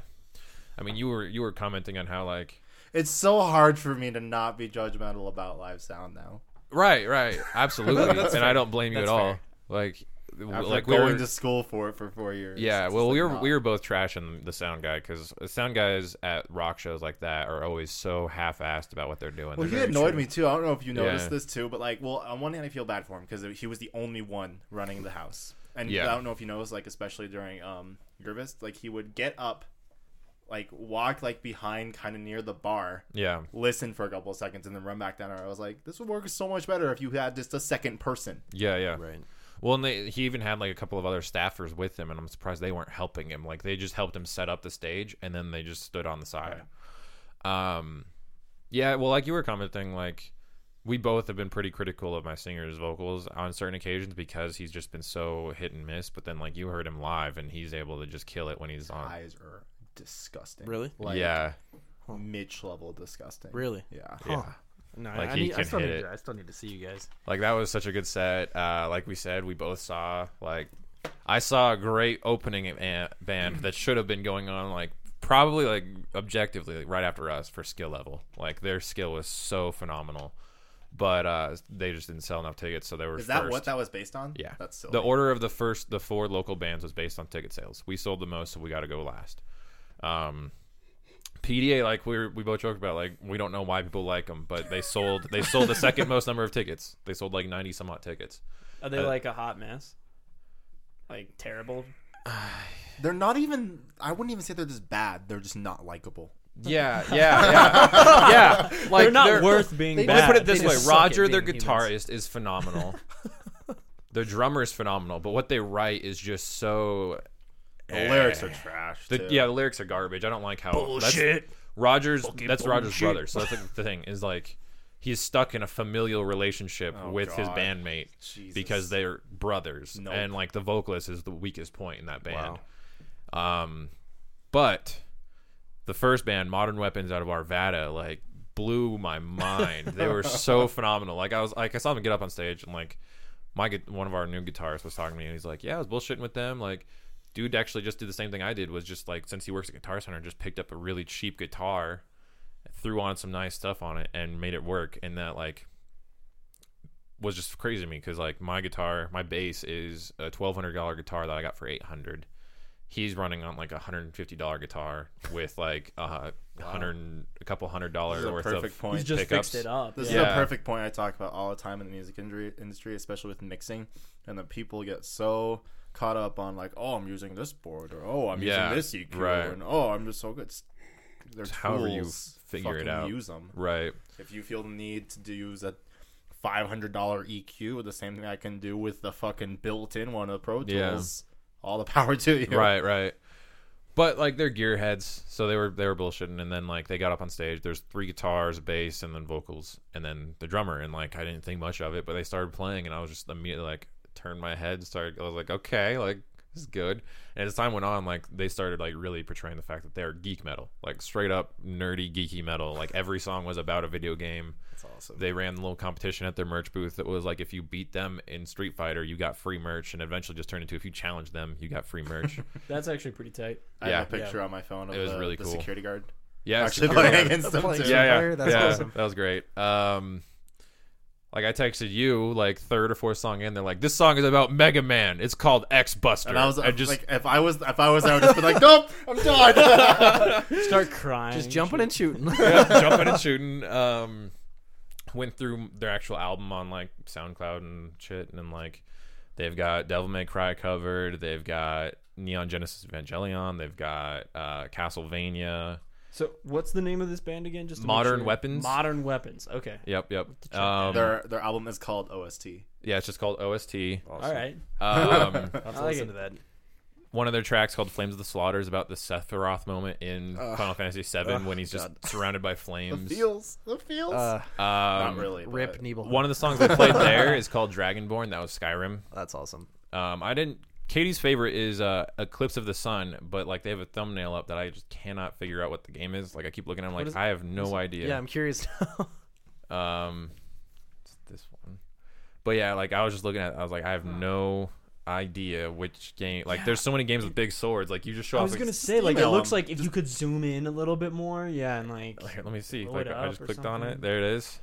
Speaker 2: I mean, you were you were commenting on how like
Speaker 1: It's so hard for me to not be judgmental about live sound now.
Speaker 2: Right, right, absolutely. and
Speaker 4: That's
Speaker 2: I don't blame you
Speaker 4: That's
Speaker 2: at all.
Speaker 4: fair.
Speaker 2: Like, w-
Speaker 1: After
Speaker 2: like we
Speaker 1: going
Speaker 2: were,
Speaker 1: to school for it for four years.
Speaker 2: yeah.
Speaker 1: it's
Speaker 2: Well,
Speaker 1: just
Speaker 2: we
Speaker 1: like,
Speaker 2: were
Speaker 1: nah.
Speaker 2: we were both trashing the sound guy because sound guys at rock shows like that are always so half-assed about what they're doing.
Speaker 1: Well,
Speaker 2: They're
Speaker 1: he
Speaker 2: very
Speaker 1: annoyed
Speaker 2: true.
Speaker 1: me too. I don't know if you noticed
Speaker 2: Yeah.
Speaker 1: this too, but like, well, on one hand, I feel bad for him because he was the only one running the house, and
Speaker 2: Yeah.
Speaker 1: I don't know if you noticed, like, especially during um Gervis, like he would get up, like walk like behind, kind of near the bar,
Speaker 2: Yeah,
Speaker 1: listen for a couple of seconds, and then run back down. And I was like, this would work so much better if you had just a second person.
Speaker 2: yeah, yeah.
Speaker 5: Right.
Speaker 2: Well, and they, he even had like a couple of other staffers with him, and I'm surprised they weren't helping him. Like they just helped him set up the stage, and then they just stood on the side. Um, yeah. Well, like you were commenting, like we both have been pretty critical of my singer's vocals on certain occasions because he's just been so hit and miss. But then, like you heard him live, and he's able to just kill it when he's on.
Speaker 1: Eyes are disgusting.
Speaker 5: Really?
Speaker 1: Like,
Speaker 2: yeah,
Speaker 1: Mitch level disgusting.
Speaker 5: Really?
Speaker 1: Yeah.
Speaker 2: yeah.
Speaker 4: No,
Speaker 2: Like,
Speaker 4: I,
Speaker 2: he
Speaker 4: need, I
Speaker 2: can
Speaker 4: still
Speaker 2: hit
Speaker 4: need
Speaker 2: it.
Speaker 4: to, I still need to see you guys.
Speaker 2: Like that was such a good set. Uh, like we said, we both saw like I saw a great opening a- band that should have been going on like probably like objectively like, right after us for skill level. Like their skill was so phenomenal, but uh, they just didn't sell enough tickets, so they were
Speaker 1: Is that
Speaker 2: first.
Speaker 1: what that was based on?
Speaker 2: yeah,
Speaker 1: That's silly.
Speaker 2: the order of the first the four local bands was based on ticket sales. We sold the most, so we got to go last. Um, PDA, like we were, we both joked about, like we don't know why people like them, but they sold they sold the second most number of tickets. They sold like ninety some odd tickets.
Speaker 3: Are they
Speaker 2: Uh,
Speaker 3: like a hot mess? Like terrible?
Speaker 1: They're not even. I wouldn't even say they're just bad. They're just not likable.
Speaker 3: [LAUGHS]
Speaker 2: Yeah, yeah, yeah, [LAUGHS] yeah. Like
Speaker 3: they're not worth being
Speaker 2: Let me
Speaker 3: bad.
Speaker 2: put it this
Speaker 4: They
Speaker 2: way:
Speaker 4: just suck at
Speaker 2: Roger, their
Speaker 4: being
Speaker 2: guitarist, is phenomenal.
Speaker 3: [LAUGHS]
Speaker 2: their drummer is phenomenal, but what they write is just so.
Speaker 1: The lyrics are trash.
Speaker 2: The,
Speaker 1: too.
Speaker 2: yeah, the lyrics are garbage. I don't like how That's, Rogers. that's Rogers' brother. So that's like, the thing is like he's stuck in a familial relationship with his
Speaker 1: God.
Speaker 2: bandmate
Speaker 1: Jesus.
Speaker 2: because they're brothers,
Speaker 1: Nope.
Speaker 2: and like the vocalist is the weakest point in that band. Um, but the first band, Modern Weapons, out of Arvada, like blew my mind. they were
Speaker 1: [LAUGHS]
Speaker 2: so phenomenal. Like I was like I saw them get up on stage and like my gu- one of our new guitarists was talking to me and he's like, yeah, I was bullshitting with them. Like, dude actually just did the same thing I did was just like since he works at Guitar Center, just picked up a really cheap guitar, threw on some nice stuff on it, and made it work. And that like was just crazy to me because like my guitar, my bass is a twelve hundred dollar guitar that I got for eight hundred. He's running on like a hundred and fifty dollar guitar with like a hundred, a couple hundred
Speaker 1: This is
Speaker 2: dollar
Speaker 1: a
Speaker 2: worth
Speaker 1: perfect
Speaker 2: of
Speaker 1: point.
Speaker 3: He's just
Speaker 2: pickups.
Speaker 3: fixed it up.
Speaker 1: This is
Speaker 3: yeah.
Speaker 1: a
Speaker 2: Yeah.
Speaker 1: perfect point I talk about all the time in the music industry, industry especially with mixing, and the people get so caught up on like, oh, I'm using this board, or oh, I'm
Speaker 2: Yeah,
Speaker 1: using this EQ,
Speaker 2: right.
Speaker 1: and oh, I'm just so good. It's- They're
Speaker 2: however you
Speaker 1: tools.
Speaker 2: figure it
Speaker 1: Fucking
Speaker 2: out.
Speaker 1: Use them
Speaker 2: right.
Speaker 1: if you feel the need to do- use a. Five hundred dollar EQ, the same thing I can do with the fucking built-in one of Pro
Speaker 2: Yeah.
Speaker 1: Tools. All the [LAUGHS] power to you,
Speaker 2: Right, right. But like they're gearheads, so they were they were bullshitting, and then like they got up on stage. There's three guitars, bass, and then vocals, and then the drummer. And like I didn't think much of it, but they started playing, and I was just immediately like turned my head, and started. I was like, okay, like this is good. And as time went on, like they started like really portraying the fact that they're geek metal, like straight up nerdy geeky metal. Like every song was about a video game.
Speaker 5: That's awesome.
Speaker 2: They ran a little competition at their merch booth that was like if you beat them in Street Fighter, you got free merch, and eventually just turned into if you challenged them, you got free merch.
Speaker 3: That's actually pretty tight.
Speaker 1: I have a
Speaker 4: Yeah.
Speaker 1: picture on my phone of
Speaker 2: It was
Speaker 1: the,
Speaker 2: really
Speaker 1: the
Speaker 2: cool.
Speaker 1: security guard
Speaker 2: Yeah,
Speaker 1: actually
Speaker 2: security
Speaker 1: playing
Speaker 2: guard.
Speaker 1: against them too.
Speaker 2: yeah, yeah,
Speaker 4: Fire? That's
Speaker 2: yeah.
Speaker 4: awesome.
Speaker 2: That was great. Um, like I texted you like third or fourth song in, they're like, "This song is about Mega Man. It's called X Buster."
Speaker 1: And I was I
Speaker 2: just [LAUGHS]
Speaker 1: like, [LAUGHS] if I was, if I was, I would just be like,
Speaker 4: [LAUGHS]
Speaker 1: nope, I'm done.
Speaker 3: Start crying.
Speaker 5: Just jumping and shooting.
Speaker 2: yeah, jumping and shooting. Um, went through their actual album on like SoundCloud and shit, and then like they've got Devil May Cry covered, they've got Neon Genesis Evangelion, they've got uh, Castlevania.
Speaker 3: So what's the name of this band again? Just to make
Speaker 2: Modern
Speaker 3: sure.
Speaker 2: Weapons?
Speaker 3: Modern Weapons. Okay.
Speaker 2: Yep, yep.
Speaker 3: check that
Speaker 2: Um,
Speaker 1: their their album is called OST.
Speaker 2: yeah, it's just called
Speaker 1: [LAUGHS]
Speaker 2: OST.
Speaker 3: All right.
Speaker 2: Um,
Speaker 4: I'll have to
Speaker 3: I like
Speaker 4: listen
Speaker 3: it.
Speaker 4: to that.
Speaker 2: one of their tracks called "Flames of the Slaughter" is about the Sephiroth moment in Final Fantasy VII when he's just surrounded by flames.
Speaker 1: feels. The feels. Not
Speaker 2: Um,
Speaker 1: really.
Speaker 4: uh, Rip
Speaker 1: but-
Speaker 4: Nebel.
Speaker 2: One of the songs I played there is called Dragonborn. That was Skyrim.
Speaker 4: That's awesome.
Speaker 2: Um, I didn't. Katie's favorite is uh, Eclipse of the Sun, but like they have a thumbnail up that I just cannot figure out what the game is. Like I keep looking, at it, I'm like,
Speaker 4: is-
Speaker 2: I have no
Speaker 4: Yeah,
Speaker 2: idea.
Speaker 4: I'm curious now.
Speaker 2: Um, it's this one. But yeah, like I was just looking at, it, I was like, I have no idea which game. Like, there's so many games with big swords. Like you just show
Speaker 3: I
Speaker 2: off.
Speaker 3: was
Speaker 2: like,
Speaker 3: gonna say like it
Speaker 1: email
Speaker 3: looks
Speaker 1: them.
Speaker 3: like if you could zoom in a little bit more, yeah, and like
Speaker 2: Here, let me see.
Speaker 3: Blow
Speaker 2: Like,
Speaker 3: it
Speaker 2: I
Speaker 3: up
Speaker 2: just
Speaker 3: or
Speaker 2: clicked on
Speaker 3: something.
Speaker 2: it. There it is.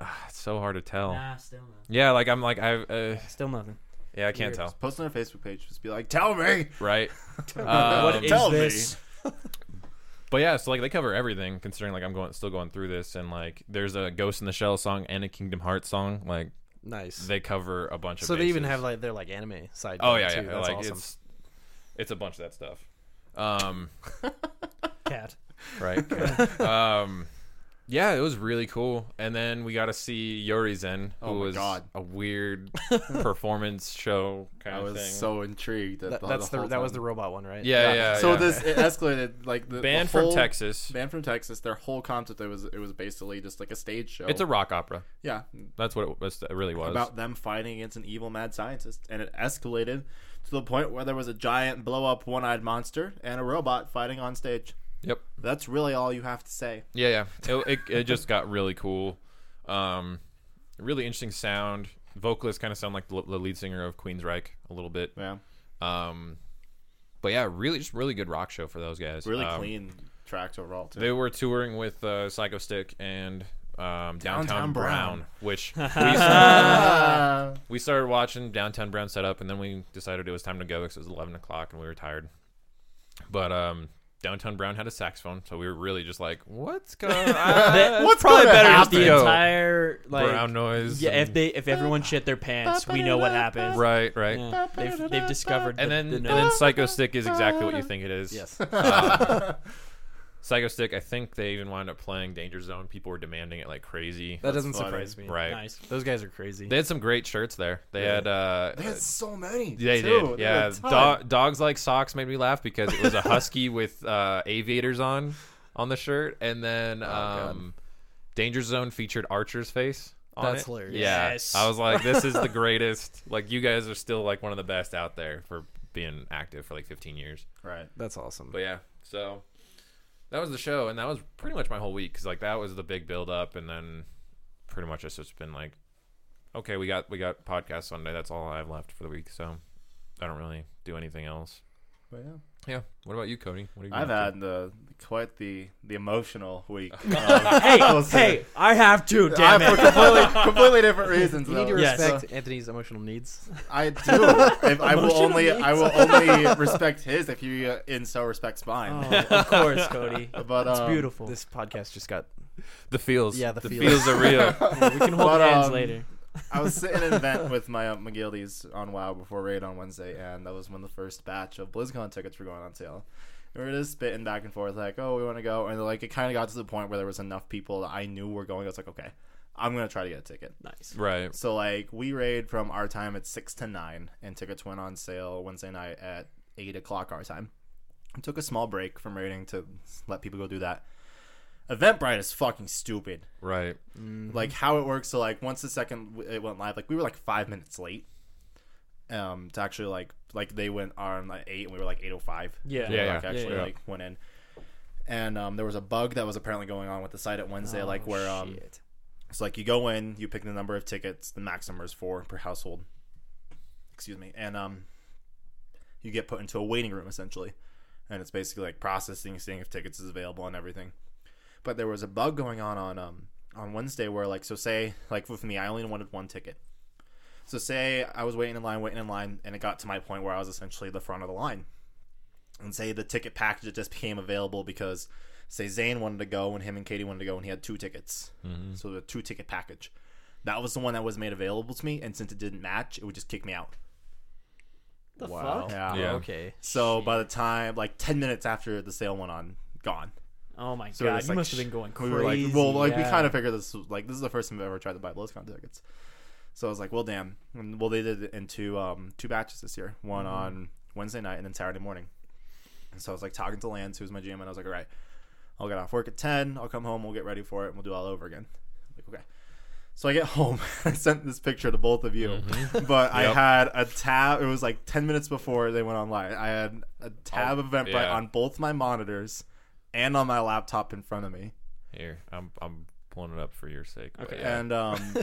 Speaker 2: Ah, it's so hard to tell.
Speaker 3: still nothing.
Speaker 2: Yeah, like I'm like I uh,
Speaker 3: Still nothing.
Speaker 2: yeah I can't
Speaker 3: Weird.
Speaker 2: tell.
Speaker 1: Post on their Facebook page. Just be like, tell [LAUGHS] me.
Speaker 2: Right.
Speaker 3: what
Speaker 2: Um,
Speaker 3: is
Speaker 1: Uh, tell me.
Speaker 3: this?
Speaker 2: But yeah, so like they cover everything considering like I'm going still going through this and like there's a Ghost in the Shell song and a Kingdom Hearts song. Like
Speaker 4: nice.
Speaker 2: they cover a bunch of
Speaker 4: so they even
Speaker 2: bases.
Speaker 4: have like their like anime side.
Speaker 2: Oh
Speaker 4: thing,
Speaker 2: yeah,
Speaker 4: too.
Speaker 2: yeah.
Speaker 4: That's
Speaker 2: like
Speaker 4: awesome.
Speaker 2: it's it's a bunch of that stuff. Um
Speaker 3: Cat.
Speaker 1: [LAUGHS]
Speaker 2: right. um yeah, it was really cool. And then we got to see Yorizen, who
Speaker 1: Oh my
Speaker 2: was
Speaker 1: God. [LAUGHS]
Speaker 2: a weird performance show kind
Speaker 1: I
Speaker 2: of
Speaker 1: was
Speaker 2: thing.
Speaker 1: so intrigued. That,
Speaker 4: That- that's the,
Speaker 1: whole
Speaker 4: that was the
Speaker 1: time.
Speaker 4: robot one, right?
Speaker 2: yeah, yeah. yeah
Speaker 1: so this it escalated like the the
Speaker 2: band
Speaker 1: whole-
Speaker 2: from Texas.
Speaker 1: Band from Texas. Their whole concept it was it was basically just like a stage show.
Speaker 2: It's a rock opera.
Speaker 1: yeah
Speaker 2: That's what it, was, it really was.
Speaker 1: about them fighting against an evil mad scientist, and it escalated to the point where there was a giant blow up one eyed monster and a robot fighting on stage.
Speaker 2: yep.
Speaker 1: That's really all you have to say.
Speaker 2: Yeah, yeah. It, it, it just got really cool. Um, really interesting sound. Vocalists kind of sound like the, the lead singer of Queensryche a little bit.
Speaker 1: Yeah,
Speaker 2: Um, but yeah, really, just really good rock show for those guys.
Speaker 1: really
Speaker 2: Um,
Speaker 1: clean tracks overall too.
Speaker 2: They were touring with uh, Psycho Stick and um, Downtown,
Speaker 1: Downtown
Speaker 2: Brown,
Speaker 1: Brown.
Speaker 3: [LAUGHS]
Speaker 2: which we started,
Speaker 1: Ah.
Speaker 2: we started watching Downtown Brown set up, and then we decided it was time to go because it was eleven o'clock and we were tired. But um, Downtown Brown had a saxophone, so we were really just like, "What's
Speaker 3: [LAUGHS]
Speaker 2: going on?"
Speaker 3: That,
Speaker 1: what's
Speaker 3: probably
Speaker 1: gonna
Speaker 3: better if
Speaker 2: happen?
Speaker 3: the entire like
Speaker 2: Brown noise.
Speaker 3: yeah, if
Speaker 2: and-
Speaker 3: they if everyone shit their pants, we know what
Speaker 2: [LAUGHS]
Speaker 3: happened.
Speaker 2: Right, right.
Speaker 3: Yeah. They've, they've discovered
Speaker 2: And
Speaker 3: the-
Speaker 2: then
Speaker 3: the
Speaker 2: and
Speaker 3: note.
Speaker 2: then Psycho Stick is exactly what you think it is.
Speaker 4: [LAUGHS] Yes.
Speaker 2: Psycho Stick, I think they even wound up playing Danger Zone. People were demanding it like crazy.
Speaker 4: That doesn't
Speaker 1: funny.
Speaker 4: surprise me.
Speaker 2: right.
Speaker 3: nice.
Speaker 4: Those guys are crazy.
Speaker 2: They had some great shirts there. They had uh
Speaker 1: They had so many.
Speaker 2: they
Speaker 1: too.
Speaker 2: did.
Speaker 1: They
Speaker 2: Yeah.
Speaker 1: had a ton.
Speaker 2: Do- dogs like socks made me laugh because it was a [LAUGHS] husky with uh aviators on on the shirt and then um Danger Zone featured Archer's face. On
Speaker 4: That's
Speaker 2: it.
Speaker 4: hilarious.
Speaker 2: Yeah.
Speaker 3: Yes.
Speaker 2: I was like, this is [LAUGHS] the greatest. Like you guys are still like one of the best out there for being active for like 15 years.
Speaker 1: Right.
Speaker 4: That's awesome.
Speaker 2: But yeah, so that was the show, and that was pretty much my whole week because like that was the big build up, and then pretty much it's just been like, okay, we got we got podcast Sunday. That's all I have left for the week, so I don't really do anything else.
Speaker 1: But yeah.
Speaker 2: Yeah. What about you, Cody? What are you
Speaker 1: I've
Speaker 2: up
Speaker 1: had the quite the the emotional week. Um, [LAUGHS]
Speaker 3: Hey,
Speaker 1: I will say-
Speaker 3: hey, I have to.
Speaker 1: I-
Speaker 3: Damn
Speaker 1: for
Speaker 3: it.
Speaker 1: completely, completely different reasons.
Speaker 4: You need to
Speaker 1: though.
Speaker 3: Yes.
Speaker 4: [LAUGHS] respect Anthony's emotional needs.
Speaker 1: I do. If I will
Speaker 3: Emotional
Speaker 1: only,
Speaker 3: needs.
Speaker 1: I will only respect his if you uh, in so respects mine.
Speaker 3: Oh, of course,
Speaker 1: [LAUGHS]
Speaker 3: Cody.
Speaker 1: But
Speaker 3: It's
Speaker 1: um,
Speaker 3: Oh. beautiful.
Speaker 4: This podcast just got.
Speaker 2: to? The feels.
Speaker 4: Yeah, the
Speaker 2: feels.
Speaker 4: feels.
Speaker 2: are
Speaker 1: [LAUGHS]
Speaker 2: real.
Speaker 3: Yeah, we can hold
Speaker 1: But,
Speaker 3: hands
Speaker 1: um,
Speaker 3: later.
Speaker 1: I was sitting in an event with my uh, McGildies on WoW before raid on Wednesday, and that was when the first batch of BlizzCon tickets were going on sale. And we were just spitting back and forth, like, "Oh, we want to go," and like it kind of got to the point where there was enough people that I knew were going. I was like, "Okay, I'm gonna try to get a ticket."
Speaker 3: Nice.
Speaker 2: right.
Speaker 1: So like we raid from our time at six to nine, and tickets went on sale Wednesday night at eight o'clock our time. I took a small break from raiding to let people go do that. Eventbrite is fucking stupid.
Speaker 2: Right.
Speaker 1: Like
Speaker 2: Mm-hmm.
Speaker 1: how it works. So like once the second w- it went live, like we were like five minutes late. Um, to actually like like they went on at eight and we were like eight oh five
Speaker 3: Yeah.
Speaker 2: Yeah,
Speaker 1: like, actually
Speaker 2: yeah.
Speaker 1: like went in. And um, there was a bug that was apparently going on with the site at Wednesday,
Speaker 2: Oh,
Speaker 1: like where um, it's like you go in, you pick the number of tickets, the max number is four per household. Excuse me, and um, you get put into a waiting room essentially, and it's basically like processing, seeing if tickets is available and everything. But there was a bug going on on um on Wednesday where like so say like with me, I only wanted one ticket. So say I was waiting in line, waiting in line, and it got to my point where I was essentially the front of the line and say the ticket package just became available because say Zane wanted to go and him and Katie wanted to go and he had two tickets.
Speaker 3: Mm-hmm.
Speaker 1: So the two ticket package. That was the one that was made available to me, and since it didn't match, it would just kick me out.
Speaker 4: The
Speaker 1: Wow.
Speaker 4: fuck?
Speaker 1: Yeah.
Speaker 2: Yeah.
Speaker 4: Okay.
Speaker 1: So by the time, like ten minutes after the sale went on, gone.
Speaker 3: Oh my
Speaker 1: So
Speaker 3: god,
Speaker 1: it's
Speaker 3: you
Speaker 1: like,
Speaker 3: must have
Speaker 1: sh-
Speaker 3: been going
Speaker 1: We
Speaker 3: crazy.
Speaker 1: were like, well, like we
Speaker 3: yeah.
Speaker 1: kind of figured this was like this is the first time I've ever tried to buy BlizzCon tickets. So I was like, well, damn. And, well, they did it in two um two batches this year. One
Speaker 3: Mm-hmm.
Speaker 1: on Wednesday night and then Saturday morning. And so I was like talking to Lance, who's my GM, and I was like, all right, I'll get off work at ten. I'll come home. We'll get ready for it, and we'll do it all over again. I'm like, okay. So I get [LAUGHS] home. I sent this picture to both of you, [LAUGHS] but I
Speaker 2: Mm-hmm. Yep.
Speaker 1: had a tab. It was like ten minutes before they went online. I had a tab of Eventbrite
Speaker 2: Oh, yeah.
Speaker 1: on both my monitors and on my laptop in front of me.
Speaker 2: Here, I'm I'm pulling it up for your sake. but
Speaker 3: Okay.
Speaker 2: yeah.
Speaker 1: and
Speaker 2: [LAUGHS]
Speaker 1: um,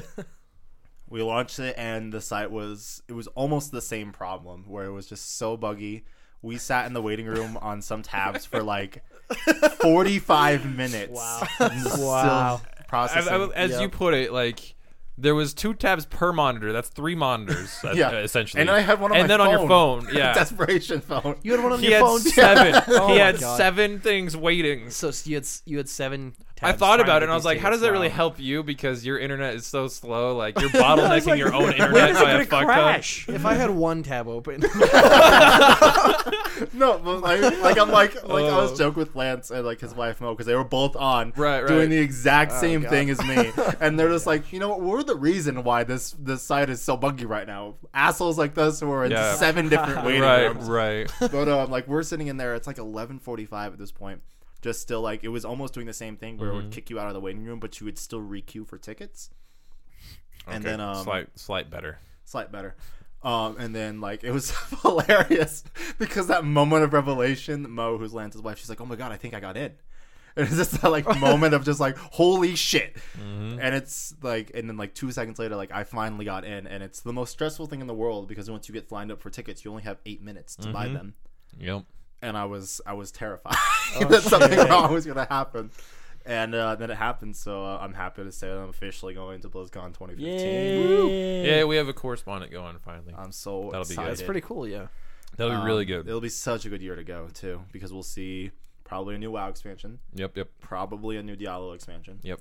Speaker 1: we launched it and the site was it was almost the same problem where it was just so buggy we sat in the waiting room on some tabs for like
Speaker 2: [LAUGHS]
Speaker 1: 45 minutes
Speaker 3: Wow.
Speaker 1: and [LAUGHS] still
Speaker 3: Wow.
Speaker 1: processing
Speaker 2: I- I- as you put it, like there was two tabs per monitor. That's three monitors, uh,
Speaker 1: [LAUGHS] Yeah.
Speaker 2: essentially.
Speaker 1: and i had one on
Speaker 2: and
Speaker 1: my
Speaker 2: then on your phone,
Speaker 1: [LAUGHS]
Speaker 2: yeah.
Speaker 1: desperation phone
Speaker 4: [LAUGHS] You had one on
Speaker 2: He
Speaker 4: your
Speaker 2: had
Speaker 4: phone.
Speaker 2: seven.
Speaker 4: Oh
Speaker 2: he
Speaker 4: my
Speaker 2: had
Speaker 4: God.
Speaker 2: seven things waiting.
Speaker 4: [LAUGHS] So you had you had seven.
Speaker 2: I
Speaker 4: tabs
Speaker 2: thought
Speaker 4: trying
Speaker 2: about it
Speaker 4: to
Speaker 2: and I was
Speaker 4: get
Speaker 2: like,
Speaker 4: these
Speaker 2: how does that really
Speaker 4: tickets. Wow.
Speaker 2: help you? Because your internet is so slow. Like you're
Speaker 3: I
Speaker 2: bottlenecking
Speaker 3: was
Speaker 2: [LAUGHS]
Speaker 3: like, [LAUGHS]
Speaker 2: your own
Speaker 3: When
Speaker 2: internet
Speaker 3: is it
Speaker 2: by
Speaker 3: gonna
Speaker 2: a fuck
Speaker 1: [LAUGHS]
Speaker 2: ton.
Speaker 3: crash?
Speaker 4: [LAUGHS] If I had one tab [LAUGHS] open,
Speaker 1: no but like, like i'm
Speaker 2: [LAUGHS]
Speaker 1: like like i was
Speaker 2: Oh.
Speaker 1: joking with lance and like his wife mo because they were both on
Speaker 2: Right, Oh, right.
Speaker 1: doing the exact same
Speaker 4: God.
Speaker 1: thing as
Speaker 2: [LAUGHS]
Speaker 1: me and they're just like you know what we're the reason why this this site is so buggy right now assholes like us who are in
Speaker 2: Yeah.
Speaker 1: seven
Speaker 2: [LAUGHS]
Speaker 1: different waiting
Speaker 2: Right,
Speaker 1: rooms
Speaker 2: right.
Speaker 1: but um, like we're sitting in there. It's like eleven forty-five at this point. Just still like it was almost doing the same thing where it
Speaker 2: Mm-hmm.
Speaker 1: would kick you out of the waiting room, but you would still re-queue for tickets. And then um,
Speaker 2: slight, slight better.
Speaker 1: slight better. Um, and then like it was [LAUGHS] hilarious because that moment of revelation, Mo, who's Lance's wife, she's like, "Oh my god, I think I got in." [LAUGHS] And it's just that like moment of just like, "Holy shit!"
Speaker 2: Mm-hmm.
Speaker 1: And it's like, and then like two seconds later, like I finally got in, and it's the most stressful thing in the world because once you get lined up for tickets, you only have eight minutes to
Speaker 2: Mm-hmm.
Speaker 1: buy them
Speaker 2: Yep.
Speaker 1: and I was I was
Speaker 2: [LAUGHS]
Speaker 1: terrified
Speaker 2: Oh,
Speaker 1: [LAUGHS] that something wrong was gonna happen. And uh, then it happened, so uh, I'm happy to say that I'm officially going to BlizzCon 2015. Woo!
Speaker 2: Yeah, we have a correspondent going finally.
Speaker 1: I'm so
Speaker 2: That'll be good.
Speaker 1: excited.
Speaker 4: that's pretty cool. Yeah.
Speaker 2: That'll be really
Speaker 1: Um,
Speaker 2: good.
Speaker 1: It'll be such a good year to go too, because we'll see probably a new WoW expansion,
Speaker 2: Yep, yep,
Speaker 1: probably a new Diablo expansion.
Speaker 2: yep.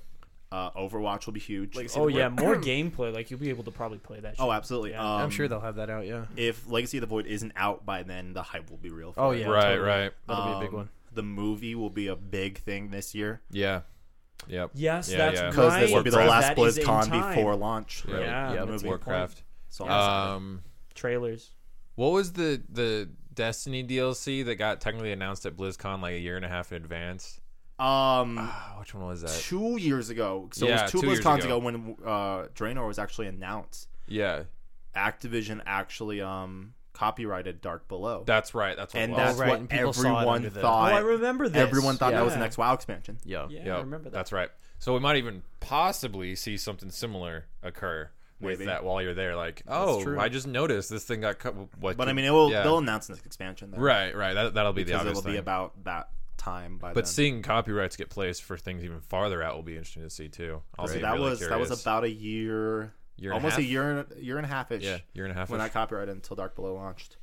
Speaker 1: Uh, Overwatch will be huge.
Speaker 4: Legacy
Speaker 3: Oh
Speaker 1: [LAUGHS]
Speaker 3: yeah, more gameplay. Like you'll be able to probably play that. Shit.
Speaker 1: oh, absolutely.
Speaker 3: Yeah,
Speaker 1: um,
Speaker 4: I'm sure they'll have that out. Yeah.
Speaker 1: if Legacy of the Void isn't out by then, the hype will be real. For
Speaker 4: Oh,
Speaker 1: it.
Speaker 4: yeah.
Speaker 2: right,
Speaker 4: totally.
Speaker 2: right.
Speaker 4: That'll be a big
Speaker 1: Um,
Speaker 4: one.
Speaker 1: The movie will be a big thing this year.
Speaker 2: Yeah. Yep.
Speaker 3: Yes,
Speaker 2: Yeah,
Speaker 3: that's
Speaker 2: yeah.
Speaker 1: because
Speaker 3: right.
Speaker 1: this will be the
Speaker 2: Warcraft.
Speaker 1: last
Speaker 3: That is in
Speaker 1: BlizzCon
Speaker 3: time.
Speaker 1: before launch.
Speaker 2: Yeah.
Speaker 3: Yeah,
Speaker 4: Yeah,
Speaker 1: that's a good
Speaker 2: Warcraft.
Speaker 1: So I'm
Speaker 2: Um,
Speaker 3: trailers.
Speaker 2: what was the the Destiny DLC that got technically announced at BlizzCon like a year and a half in advance?
Speaker 1: um, um,
Speaker 2: Ah, which one was that?
Speaker 1: two years ago, so it
Speaker 2: Yeah,
Speaker 1: was two,
Speaker 2: two years
Speaker 1: BlizzCons ago.
Speaker 2: ago.
Speaker 1: when uh, Draenor was actually announced.
Speaker 2: Yeah,
Speaker 1: Activision actually um copyrighted Dark Below,
Speaker 2: that's right. That's what
Speaker 1: and
Speaker 2: it
Speaker 1: that's
Speaker 2: was.
Speaker 4: Oh, right,
Speaker 1: what
Speaker 4: and people saw it
Speaker 1: everyone
Speaker 4: under the-
Speaker 3: Oh, I
Speaker 1: thought.
Speaker 3: remember this.
Speaker 1: everyone thought that was
Speaker 3: Yeah.
Speaker 1: the next WoW expansion.
Speaker 4: Yeah.
Speaker 3: Yeah,
Speaker 2: Yep,
Speaker 3: I remember that.
Speaker 2: That's right. So we might even possibly see something similar occur with
Speaker 1: Maybe.
Speaker 2: that while you're there. Like, oh,
Speaker 4: true.
Speaker 2: I just noticed this thing got cut. What?
Speaker 1: But I
Speaker 2: the-
Speaker 1: mean, it will.
Speaker 2: yeah.
Speaker 1: They'll announce the next expansion, though,
Speaker 2: Right, right. That that'll be the
Speaker 1: Because
Speaker 2: obvious
Speaker 1: it'll
Speaker 2: thing.
Speaker 1: be about that time by
Speaker 2: but
Speaker 1: then.
Speaker 2: seeing copyrights get placed for things even farther out will be interesting to see too. I'll
Speaker 1: So
Speaker 2: be
Speaker 1: that
Speaker 2: really
Speaker 1: was that
Speaker 2: curious.
Speaker 1: was about a year,
Speaker 2: Year and a
Speaker 1: almost a
Speaker 2: half?
Speaker 1: year, year and a half ish.
Speaker 2: yeah, year and a half.
Speaker 1: when I copyrighted until Dark Below launched.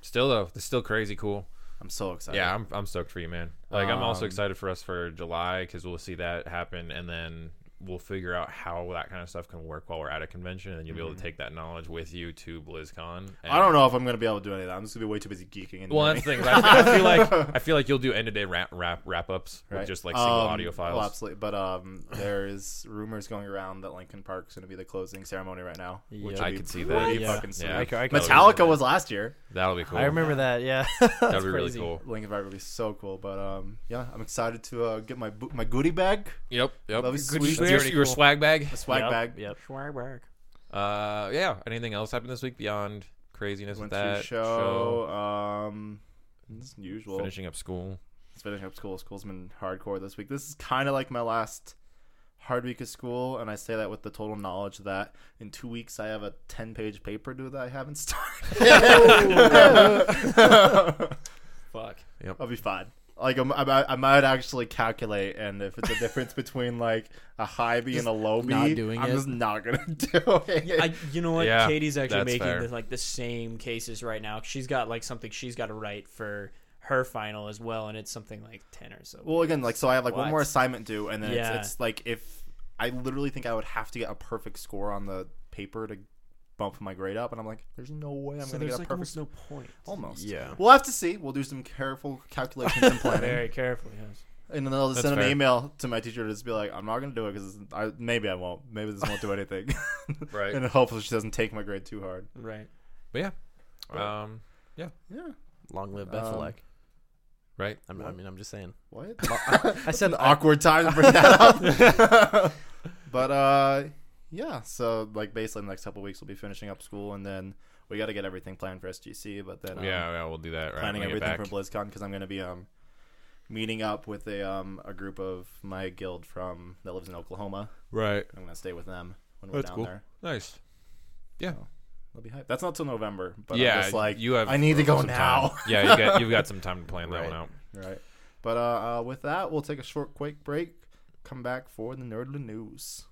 Speaker 2: Still though, it's still crazy cool.
Speaker 1: I'm so excited.
Speaker 2: Yeah, I'm, I'm stoked for you, man. Like I'm also
Speaker 1: Um,
Speaker 2: excited for us for July because we'll see that happen, and then we'll figure out how that kind of stuff can work while we're at a convention, and you'll be
Speaker 1: Mm-hmm.
Speaker 2: able to take that knowledge with you to BlizzCon. And,
Speaker 1: I don't know if I'm gonna be able to do any of that. I'm just gonna be way too busy geeking. And
Speaker 2: Well, that's the thing. 'cause I, I feel like [LAUGHS] I feel like you'll do end of day wrap wrap wrap ups with just like single
Speaker 1: Um,
Speaker 2: audio files.
Speaker 1: Well, absolutely. But um, there is rumors going around that Lincoln Park's gonna be the closing ceremony right now. Which
Speaker 4: Yeah.
Speaker 1: would
Speaker 2: I
Speaker 1: be
Speaker 2: could see that.
Speaker 1: pretty
Speaker 4: Yeah.
Speaker 1: fucking sweet.
Speaker 2: Yeah.
Speaker 4: I ca- I ca-
Speaker 1: Metallica was last year.
Speaker 2: That'll be cool.
Speaker 4: I remember that. Yeah.
Speaker 2: That'll
Speaker 4: [LAUGHS] That'd
Speaker 2: be really cool.
Speaker 1: Lincoln Park would be so cool. But um, yeah, I'm excited to uh, get my bo- my goodie bag,
Speaker 2: Yep, yep.
Speaker 1: That'd be
Speaker 2: That's
Speaker 1: sweet.
Speaker 2: Your,
Speaker 1: Pretty
Speaker 2: your
Speaker 1: cool.
Speaker 2: swag bag.
Speaker 1: a swag
Speaker 4: Yep,
Speaker 1: bag.
Speaker 4: Yep.
Speaker 3: Schwarberg.
Speaker 2: Uh, yeah. Anything else happened this week beyond craziness
Speaker 1: Went
Speaker 2: with
Speaker 1: to your
Speaker 2: that show?
Speaker 1: show. Um, it's usual.
Speaker 2: Finishing up school.
Speaker 1: It's finishing up school. School's been hardcore this week. This is kind of like my last hard week of school, and I say that with the total knowledge that in two weeks I have a ten-page paper due that I haven't [LAUGHS] started.
Speaker 4: Fuck.
Speaker 1: I'll be fine. Like I'm, I, might- I might actually calculate, and if it's a difference between like a high B and a low B,
Speaker 4: not doing
Speaker 1: I'm
Speaker 4: it.
Speaker 1: just not gonna [LAUGHS] do it.
Speaker 3: I, you know what?
Speaker 2: Yeah,
Speaker 3: Katie's actually
Speaker 2: that's
Speaker 3: making
Speaker 2: fair.
Speaker 3: the, like the same cases right now. She's got like something she's got to write for her final as well, and it's something like ten or so.
Speaker 1: Well, again, like so, I have like
Speaker 3: What?
Speaker 1: one more assignment due, and then
Speaker 3: Yeah.
Speaker 1: it's, it's like if I literally think I would have to get a perfect score on the paper to bump my grade up, and I'm like, there's no way I'm
Speaker 3: so
Speaker 1: gonna
Speaker 3: there's
Speaker 1: get a
Speaker 3: like
Speaker 1: perfect. Oh,
Speaker 3: almost no point.
Speaker 1: Almost.
Speaker 2: Yeah.
Speaker 1: We'll have to see. We'll do some careful calculations
Speaker 2: [LAUGHS]
Speaker 1: and planning,
Speaker 3: Very carefully. Yes.
Speaker 1: and then I'll just
Speaker 2: That's
Speaker 1: send an
Speaker 2: fair.
Speaker 1: email to my teacher to just be like, I'm not gonna do it because I maybe I won't. Maybe this won't do anything,
Speaker 2: [LAUGHS]
Speaker 1: [LAUGHS]
Speaker 2: Right.
Speaker 1: and hopefully she doesn't take my grade too hard.
Speaker 3: Right.
Speaker 2: But yeah. Um,
Speaker 1: Yeah.
Speaker 5: Long live
Speaker 1: Um,
Speaker 5: Bethelek.
Speaker 2: right.
Speaker 5: I'm, I mean, I'm just saying.
Speaker 1: What? [LAUGHS]
Speaker 5: I said
Speaker 1: an awkward time to bring that up. [LAUGHS] but uh, yeah, so like basically the next couple weeks we'll be finishing up school, and then we got to get everything planned for SGC. But then um,
Speaker 2: yeah, yeah, we'll do that. Right.
Speaker 1: planning
Speaker 2: when we get
Speaker 1: everything
Speaker 2: back.
Speaker 1: for BlizzCon because I'm gonna be um meeting up with a um a group of my guild from that lives in Oklahoma.
Speaker 2: Right.
Speaker 1: I'm gonna stay with them when we're
Speaker 2: That's
Speaker 1: down
Speaker 2: cool.
Speaker 1: there.
Speaker 2: Nice. Yeah.
Speaker 1: So, I'll be hyped. That's not till November, but
Speaker 2: yeah.
Speaker 1: I'm just like
Speaker 2: you have.
Speaker 1: I need to go
Speaker 2: some
Speaker 1: now. [LAUGHS]
Speaker 2: time. yeah, you got, you've got some time to plan that
Speaker 5: Right.
Speaker 2: one out.
Speaker 1: right. But uh, uh, with that, we'll take a short, quick break. Come back for the nerdly news.